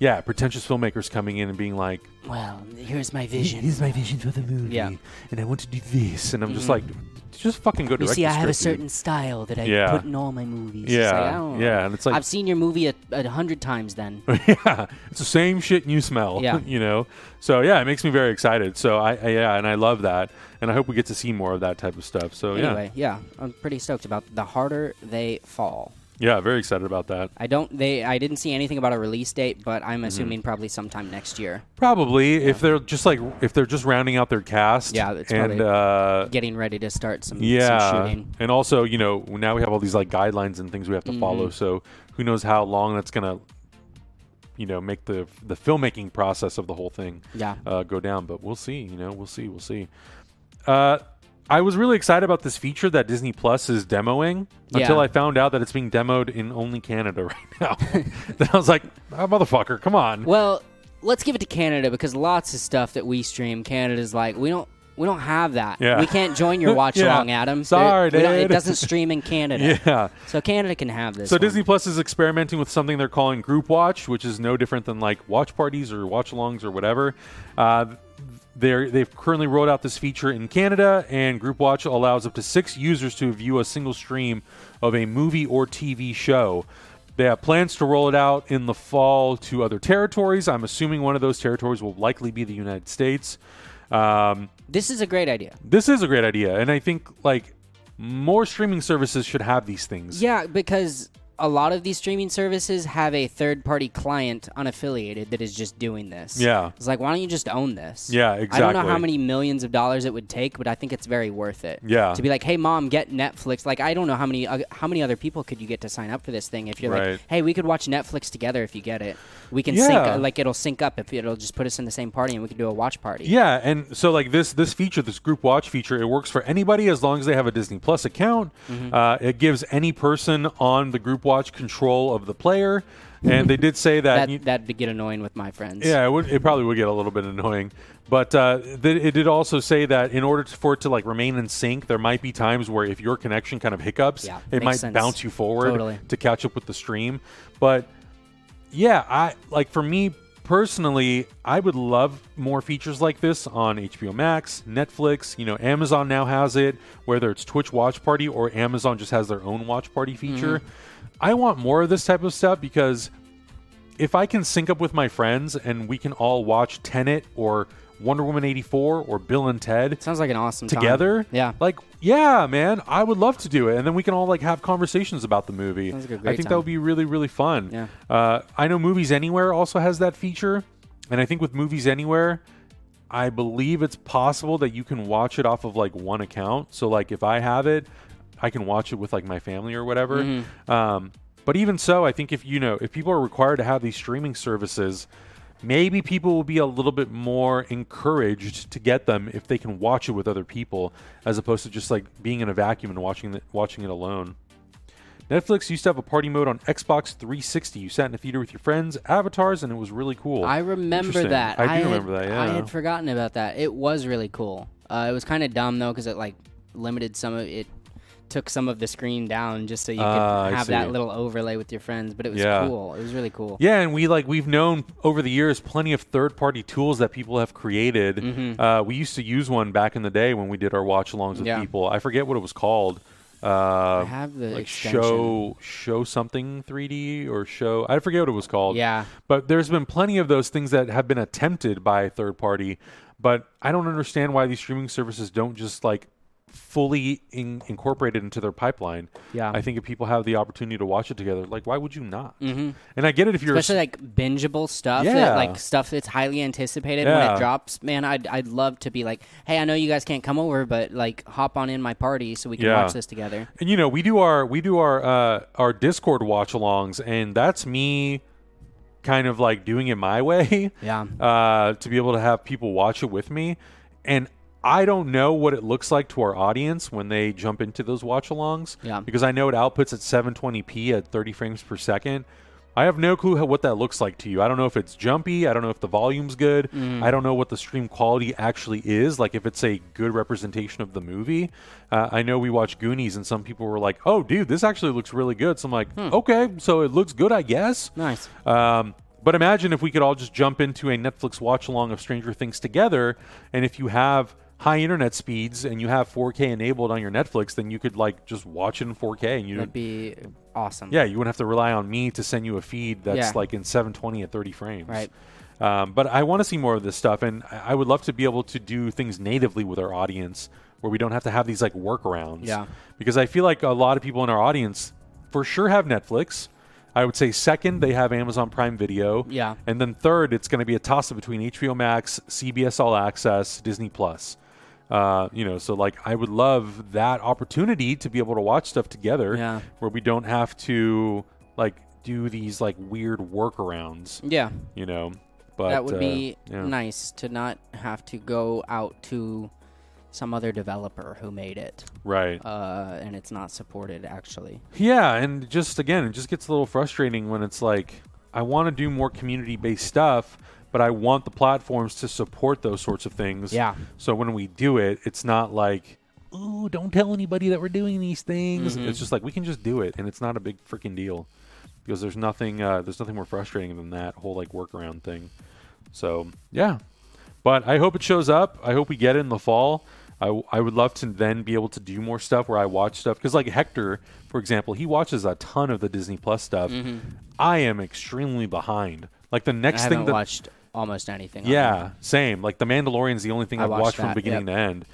Speaker 1: yeah, pretentious filmmakers coming in and being like,
Speaker 2: Well, here's my vision.
Speaker 1: is my vision for the movie,
Speaker 2: Yeah. Mm-hmm.
Speaker 1: and I want to do this," and I'm just like, "Just fucking go."
Speaker 2: You
Speaker 1: direct
Speaker 2: see,
Speaker 1: the
Speaker 2: I have a
Speaker 1: script, dude."
Speaker 2: certain style that I
Speaker 1: Yeah.
Speaker 2: put in all my movies. It's
Speaker 1: Yeah,
Speaker 2: like, I don't-
Speaker 1: yeah, and it's like
Speaker 2: I've seen your movie a, a hundred times. Then
Speaker 1: [LAUGHS] yeah, it's the same shit you smell.
Speaker 2: Yeah.
Speaker 1: [LAUGHS] you know. So yeah, it makes me very excited. So I, I yeah, and I love that, and I hope we get to see more of that type of stuff. So
Speaker 2: anyway, yeah, I'm pretty stoked about the harder they fall.
Speaker 1: yeah, yeah, very excited about that.
Speaker 2: I don't. They. I didn't see anything about a release date, but I'm
Speaker 1: Mm-hmm.
Speaker 2: assuming probably sometime next year.
Speaker 1: Probably if they're just like if they're just rounding out their cast.
Speaker 2: Yeah, it's
Speaker 1: and
Speaker 2: probably-
Speaker 1: uh,
Speaker 2: Getting ready to start some, some
Speaker 1: yeah,
Speaker 2: shooting. Mm-hmm.
Speaker 1: and also you know now we have all these like guidelines and things we have to follow. So who knows how long that's gonna, you know, make the the filmmaking process of the whole thing.
Speaker 2: Yeah.
Speaker 1: uh, go down. But we'll see. You know, we'll see. We'll see. Uh, I was really excited about this feature that Disney Plus is demoing until
Speaker 2: Yeah.
Speaker 1: I found out that it's being demoed in only Canada [LAUGHS] right now. then I was like, oh, motherfucker, come on.
Speaker 2: Well, let's give it to Canada because lots of stuff that we stream, Canada's like we don't we don't have that.
Speaker 1: Yeah.
Speaker 2: We can't join your
Speaker 1: [LAUGHS]
Speaker 2: watch
Speaker 1: Yeah.
Speaker 2: along, Adam.
Speaker 1: Sorry,
Speaker 2: There- we don't- It
Speaker 1: dude.
Speaker 2: doesn't
Speaker 1: [LAUGHS]
Speaker 2: stream in Canada.
Speaker 1: [LAUGHS] Yeah.
Speaker 2: So Canada can have this.
Speaker 1: So
Speaker 2: one.
Speaker 1: Disney Plus is experimenting with something they're calling Group Watch, which is no different than like watch parties or watch alongs or whatever. Uh, they're, they've currently rolled out this feature in Canada, and Group Watch allows up to six users to view a single stream of a movie or TV show. They have plans to roll it out in the fall to other territories. I'm assuming one of those territories will likely be the United States. Um,
Speaker 2: This is a great idea.
Speaker 1: this is a great idea, and I think like more streaming services should have these things.
Speaker 2: Yeah, because a lot of these streaming services have a third party client unaffiliated that is just doing this.
Speaker 1: Yeah.
Speaker 2: It's like why don't you just own this?
Speaker 1: Yeah,
Speaker 2: I don't know how
Speaker 1: exactly.
Speaker 2: many millions of dollars it would take, but I think it's very worth it.
Speaker 1: Yeah.
Speaker 2: To be like, "Hey mom, get Netflix." Like I don't know how many uh, how many other people could you get to sign up for this thing if you're
Speaker 1: Right.
Speaker 2: like, "Hey, we could watch Netflix together if you get it. We can sync
Speaker 1: Yeah.
Speaker 2: uh, like it'll sync up if it'll just put us in the same party and we can do a watch party."
Speaker 1: Yeah, and so like this this feature, this group watch feature, it works for anybody as long as they have a Disney Plus account. Uh, it gives any person on the group watch control of the player, and they did say that.
Speaker 2: That
Speaker 1: you-
Speaker 2: that'd get annoying with my friends.
Speaker 1: yeah, it, would, it probably would get a little bit annoying, but uh, th- it did also say that in order to, for it to like remain in sync, there might be times where if your connection kind of hiccups,
Speaker 2: Yeah,
Speaker 1: it
Speaker 2: makes
Speaker 1: might
Speaker 2: sense.
Speaker 1: bounce you forward
Speaker 2: Totally.
Speaker 1: to catch up with the stream. But yeah, I like for me personally, I would love more features like this on HBO Max, Netflix, you know, Amazon now has it, whether it's Twitch Watch Party or Amazon just has their own watch party
Speaker 2: Mm-hmm.
Speaker 1: feature. I want more of this type of stuff because if I can sync up with my friends and we can all watch Tenet or Wonder Woman 84 or Bill and Ted
Speaker 2: Sounds like an awesome time.
Speaker 1: together.
Speaker 2: Yeah.
Speaker 1: Like, yeah, man, I would love to do it. And then we can all like have conversations about the movie.
Speaker 2: Sounds like a
Speaker 1: I
Speaker 2: great
Speaker 1: think that
Speaker 2: time.
Speaker 1: would be really, really fun.
Speaker 2: Yeah.
Speaker 1: Uh, I know Movies Anywhere also has that feature. And I think with Movies Anywhere, I believe it's possible that you can watch it off of like one account. So like if I have it, I can watch it with like my family or whatever. Um, but even so, I think if you know if people are required to have these streaming services, maybe people will be a little bit more encouraged to get them if they can watch it with other people, as opposed to just like being in a vacuum and watching it, watching it alone. Netflix used to have a party mode on Xbox 360. You sat in a theater with your friends, avatars, and it was really cool.
Speaker 2: I remember
Speaker 1: Interesting.
Speaker 2: that.
Speaker 1: I do
Speaker 2: had-
Speaker 1: remember that. Yeah,
Speaker 2: I had forgotten about that. It was really cool. Uh, it was kind of dumb though because it like limited some of it. Took some of the screen down just so you could
Speaker 1: Ah, I
Speaker 2: have that
Speaker 1: see.
Speaker 2: little overlay with your friends, but it was
Speaker 1: Yeah.
Speaker 2: cool. It was really cool.
Speaker 1: Yeah, and we like we've known over the years plenty of third-party tools that people have created.
Speaker 2: Mm-hmm.
Speaker 1: Uh, we used to use one back in the day when we did our watch-alongs with
Speaker 2: Yeah.
Speaker 1: people. I forget what it was called. Uh,
Speaker 2: have the
Speaker 1: like
Speaker 2: extension.
Speaker 1: show show something 3D or show I forget what it was called.
Speaker 2: Yeah.
Speaker 1: but there's been plenty of those things that have been attempted by a third party, but I don't understand why these streaming services don't just like fully in- incorporate it into their pipeline.
Speaker 2: Yeah.
Speaker 1: I think if people have the opportunity to watch it together, like why would you not? And I get it if you're a
Speaker 2: Mm-hmm. Especially like bingeable stuff, that,
Speaker 1: Yeah.
Speaker 2: like stuff that's highly anticipated when
Speaker 1: Yeah.
Speaker 2: it drops. Man, I'd, I'd love to be like, hey, I know you guys can't come over, but like hop on in my party so we can
Speaker 1: Yeah.
Speaker 2: watch this together.
Speaker 1: And you know, we do our we do our uh, our Discord watch alongs, and that's me kind of like doing it my [LAUGHS] way.
Speaker 2: Yeah.
Speaker 1: Uh, to be able to have people watch it with me, and I don't know what it looks like to our audience when they jump into those watch alongs
Speaker 2: Yeah.
Speaker 1: because I know it outputs at 720p at 30 frames per second. I have no clue how, what that looks like to you. I don't know if it's jumpy. I don't know if the volume's good.
Speaker 2: Mm.
Speaker 1: I don't know what the stream quality actually is, like if it's a good representation of the movie. Uh, I know we watched Goonies and some people were like, oh, dude, this actually looks really good. So I'm like, okay, so it looks good, I guess.
Speaker 2: Hmm. Nice.
Speaker 1: Um, but imagine if we could all just jump into a Netflix watch along of Stranger Things together, and if you have high internet speeds and you have 4K enabled on your Netflix, then you could like just watch it in 4K, and you
Speaker 2: That'd be awesome.
Speaker 1: yeah, you wouldn't have to rely on me to send you a feed that's
Speaker 2: Yeah.
Speaker 1: like in 720 at 30 frames.
Speaker 2: Right.
Speaker 1: Um, but I want to see more of this stuff, and I I would love to be able to do things natively with our audience where we don't have to have these like workarounds.
Speaker 2: Yeah.
Speaker 1: Because I feel like a lot of people in our audience for sure have Netflix. I would say second, they have Amazon Prime Video.
Speaker 2: Yeah.
Speaker 1: And then third, it's going to be a toss up between HBO Max, CBS All Access, Disney Plus. Uh, you know, so like I would love that opportunity to be able to watch stuff together
Speaker 2: Yeah.
Speaker 1: where we don't have to like do these like weird workarounds,
Speaker 2: Yeah.
Speaker 1: you know. But
Speaker 2: that would
Speaker 1: uh,
Speaker 2: be
Speaker 1: yeah.
Speaker 2: nice to not have to go out to some other developer who made it
Speaker 1: right.
Speaker 2: uh, and it's not supported actually.
Speaker 1: Yeah, and just again, it just gets a little frustrating when it's like I want to do more community-based stuff, but I want the platforms to support those sorts of things.
Speaker 2: Yeah.
Speaker 1: So when we do it, it's not like, "Ooh, don't tell anybody that we're doing these things."
Speaker 2: Mm-hmm.
Speaker 1: It's just like we can just do it, and it's not a big freaking deal because there's nothing uh, there's nothing more frustrating than that whole like workaround thing. So yeah, but I hope it shows up. I hope we get it in the fall. I, w- I would love to then be able to do more stuff where I watch stuff because like Hector, for example, he watches a ton of the Disney Plus stuff. I am extremely behind. Like the
Speaker 2: Mm-hmm. I
Speaker 1: next
Speaker 2: haven't
Speaker 1: thing that
Speaker 2: watched almost anything. on
Speaker 1: yeah, same. Like The Mandalorian's the only thing
Speaker 2: I
Speaker 1: I've
Speaker 2: watched
Speaker 1: watched from
Speaker 2: that,
Speaker 1: beginning to end.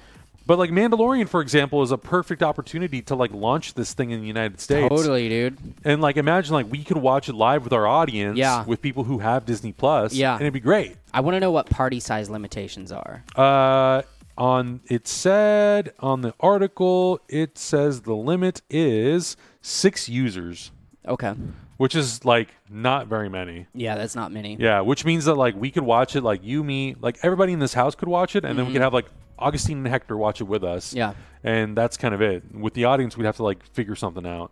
Speaker 1: But like Mandalorian, for example, is a perfect opportunity to like launch this thing in the United
Speaker 2: there.
Speaker 1: States.
Speaker 2: Totally, dude.
Speaker 1: And like imagine like we could watch it live with our audience,
Speaker 2: Yeah.
Speaker 1: with people who have Disney Plus,
Speaker 2: Yeah.
Speaker 1: and it'd be great.
Speaker 2: I want to know what party size limitations are.
Speaker 1: Uh, on it said on the article, it says the limit is six users,
Speaker 2: Okay.
Speaker 1: which is like not very many.
Speaker 2: Yeah, that's not many.
Speaker 1: Yeah, which means that like we could watch it, like you, me, like everybody in this house could watch it, and then we could have like Augustine and Hector watch it with us.
Speaker 2: Mm-hmm. Yeah.
Speaker 1: and that's kind of it. With the audience, we'd have to like figure something out.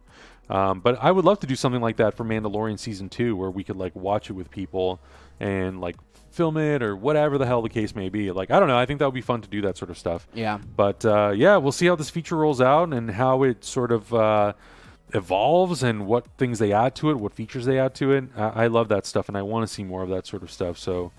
Speaker 1: Um, but I would love to do something like that for Mandalorian season two, where we could like watch it with people and like film it or whatever the hell the case may be. Like I don't know, I think that would be fun to do that sort of stuff.
Speaker 2: Yeah.
Speaker 1: But uh, yeah, we'll see how this feature rolls out and how it sort of uh, evolves and what things they add to it, what features they add to it. I, I love that stuff and I want to see more of that sort of stuff. So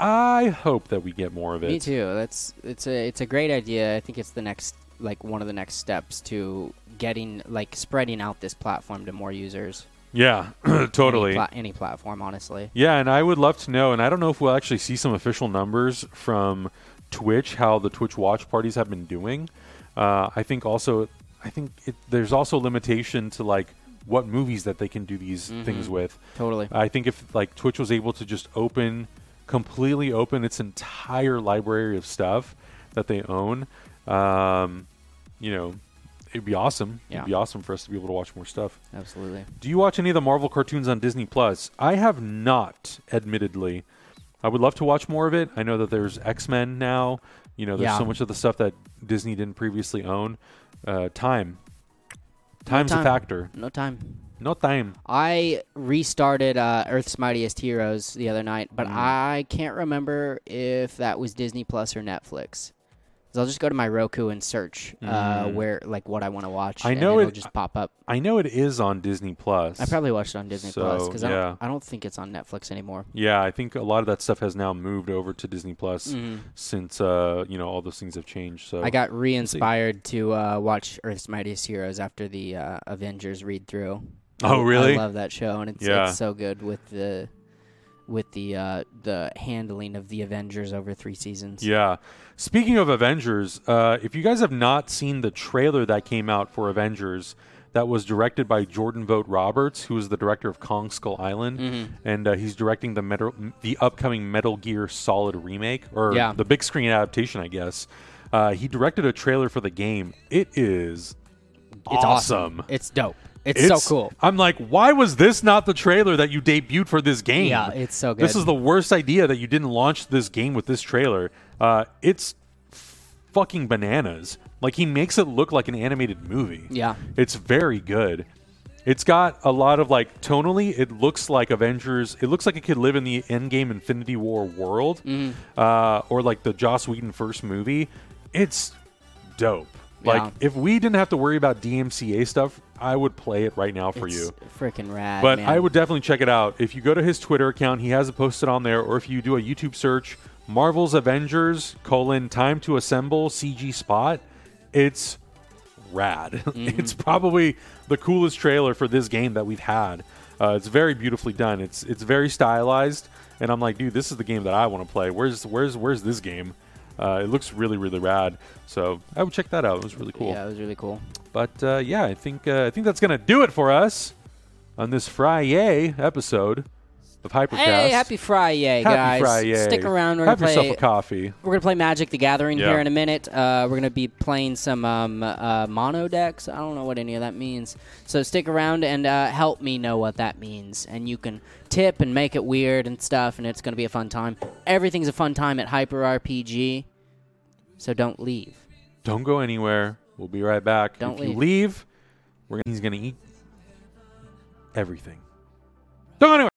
Speaker 1: I hope that we get more of it.
Speaker 2: Me too. That's it's a it's a great idea. I think it's the next like one of the next steps to getting like spreading out this platform to more users.
Speaker 1: Yeah, [CLEARS THROAT]
Speaker 2: Any
Speaker 1: totally.
Speaker 2: pla- any platform, honestly.
Speaker 1: Yeah, and I would love to know, and I don't know if we'll actually see some official numbers from Twitch how the Twitch watch parties have been doing. Uh, I think also, I think it, there's also a limitation to like what movies that they can do these things
Speaker 2: Mm-hmm.
Speaker 1: with.
Speaker 2: Totally.
Speaker 1: I think if like Twitch was able to just open completely open its entire library of stuff that they own, um, you know, it'd be awesome.
Speaker 2: Yeah.
Speaker 1: It'd be awesome for us to be able to watch more stuff.
Speaker 2: Absolutely.
Speaker 1: Do you watch any of the Marvel cartoons on Disney Plus? I have not, admittedly. I would love to watch more of it. I know that there's X Men now. You know, there's
Speaker 2: Yeah.
Speaker 1: so much of the stuff that Disney didn't previously own. Uh, time. Time's
Speaker 2: time.
Speaker 1: a factor.
Speaker 2: No time.
Speaker 1: No time.
Speaker 2: I restarted uh, Earth's Mightiest Heroes the other night, but I can't remember if that was Disney Plus or Netflix. So I'll just go to my Roku and search uh, where like what I want to watch.
Speaker 1: I
Speaker 2: and
Speaker 1: know
Speaker 2: it'll
Speaker 1: it-
Speaker 2: just pop up.
Speaker 1: I know it is on Disney Plus.
Speaker 2: I probably watched it on Disney Plus
Speaker 1: So,
Speaker 2: because I,
Speaker 1: yeah.
Speaker 2: don't, I don't think it's on Netflix anymore.
Speaker 1: Yeah, I think a lot of that stuff has now moved over to Disney Plus
Speaker 2: Mm-hmm.
Speaker 1: since uh, you know all those things have changed. So
Speaker 2: Mm. I got re-inspired to uh, watch Earth's Mightiest Heroes after the uh, Avengers read through.
Speaker 1: Oh, really?
Speaker 2: I love that show, and it's,
Speaker 1: Yeah.
Speaker 2: it's so good with the with the uh, the handling of the Avengers over three seasons.
Speaker 1: Yeah. Speaking of Avengers, uh, if you guys have not seen the trailer that came out for Avengers, that was directed by Jordan Vogt Roberts, who is the director of Kong Skull Island,
Speaker 2: Mm-hmm.
Speaker 1: and uh, he's directing the metal, the upcoming Metal Gear Solid remake or
Speaker 2: Yeah.
Speaker 1: the big screen adaptation, I guess. Uh, he directed a trailer for the game. It is
Speaker 2: It's awesome. It's dope. It's, so cool.
Speaker 1: I'm like, why was this not the trailer that you debuted for this game?
Speaker 2: Yeah, it's so
Speaker 1: This
Speaker 2: good.
Speaker 1: is the worst idea that you didn't launch this game with this trailer. Uh, it's fucking bananas. Like he makes it look like an animated movie.
Speaker 2: Yeah.
Speaker 1: It's very good. It's got a lot of like tonally, it looks like Avengers. It looks like it could live in the Endgame Infinity War world
Speaker 2: Mm-hmm.
Speaker 1: uh, or like the Joss Whedon first movie. It's dope. Like,
Speaker 2: Yeah.
Speaker 1: if we didn't have to worry about DMCA stuff, I would play it right now for
Speaker 2: it's
Speaker 1: you.
Speaker 2: freaking rad.
Speaker 1: But
Speaker 2: man.
Speaker 1: I would definitely check it out. If you go to his Twitter account, he has it posted on there, or if you do a YouTube search, Marvel's Avengers colon time to assemble CG spot, it's rad. [LAUGHS] it's probably the coolest trailer for this game that we've had. Uh, it's very beautifully done. It's it's very stylized, and I'm like, dude, this is the game that I want to play. Where's where's where's this game? Uh, it looks really really rad. So I would check that out. It was really cool.
Speaker 2: Yeah, it was really cool.
Speaker 1: But uh, yeah, I think uh, I think that's gonna do it for us on this Friday episode of Hypercast.
Speaker 2: Hey, happy Friday, guys!
Speaker 1: Happy Friday!
Speaker 2: Stick around. We're
Speaker 1: Have
Speaker 2: gonna
Speaker 1: yourself
Speaker 2: play.
Speaker 1: a coffee.
Speaker 2: We're gonna play Magic: The Gathering
Speaker 1: Yeah.
Speaker 2: here in a minute. Uh, we're gonna be playing some um, uh, mono decks. I don't know what any of that means. So stick around and uh, help me know what that means. And you can tip and make it weird and stuff. And it's gonna be a fun time. Everything's a fun time at Hyper RPG. So don't leave.
Speaker 1: Don't go anywhere. We'll be right back.
Speaker 2: Don't
Speaker 1: if you
Speaker 2: leave.
Speaker 1: leave, we're gonna, he's gonna eat everything. Don't go anywhere.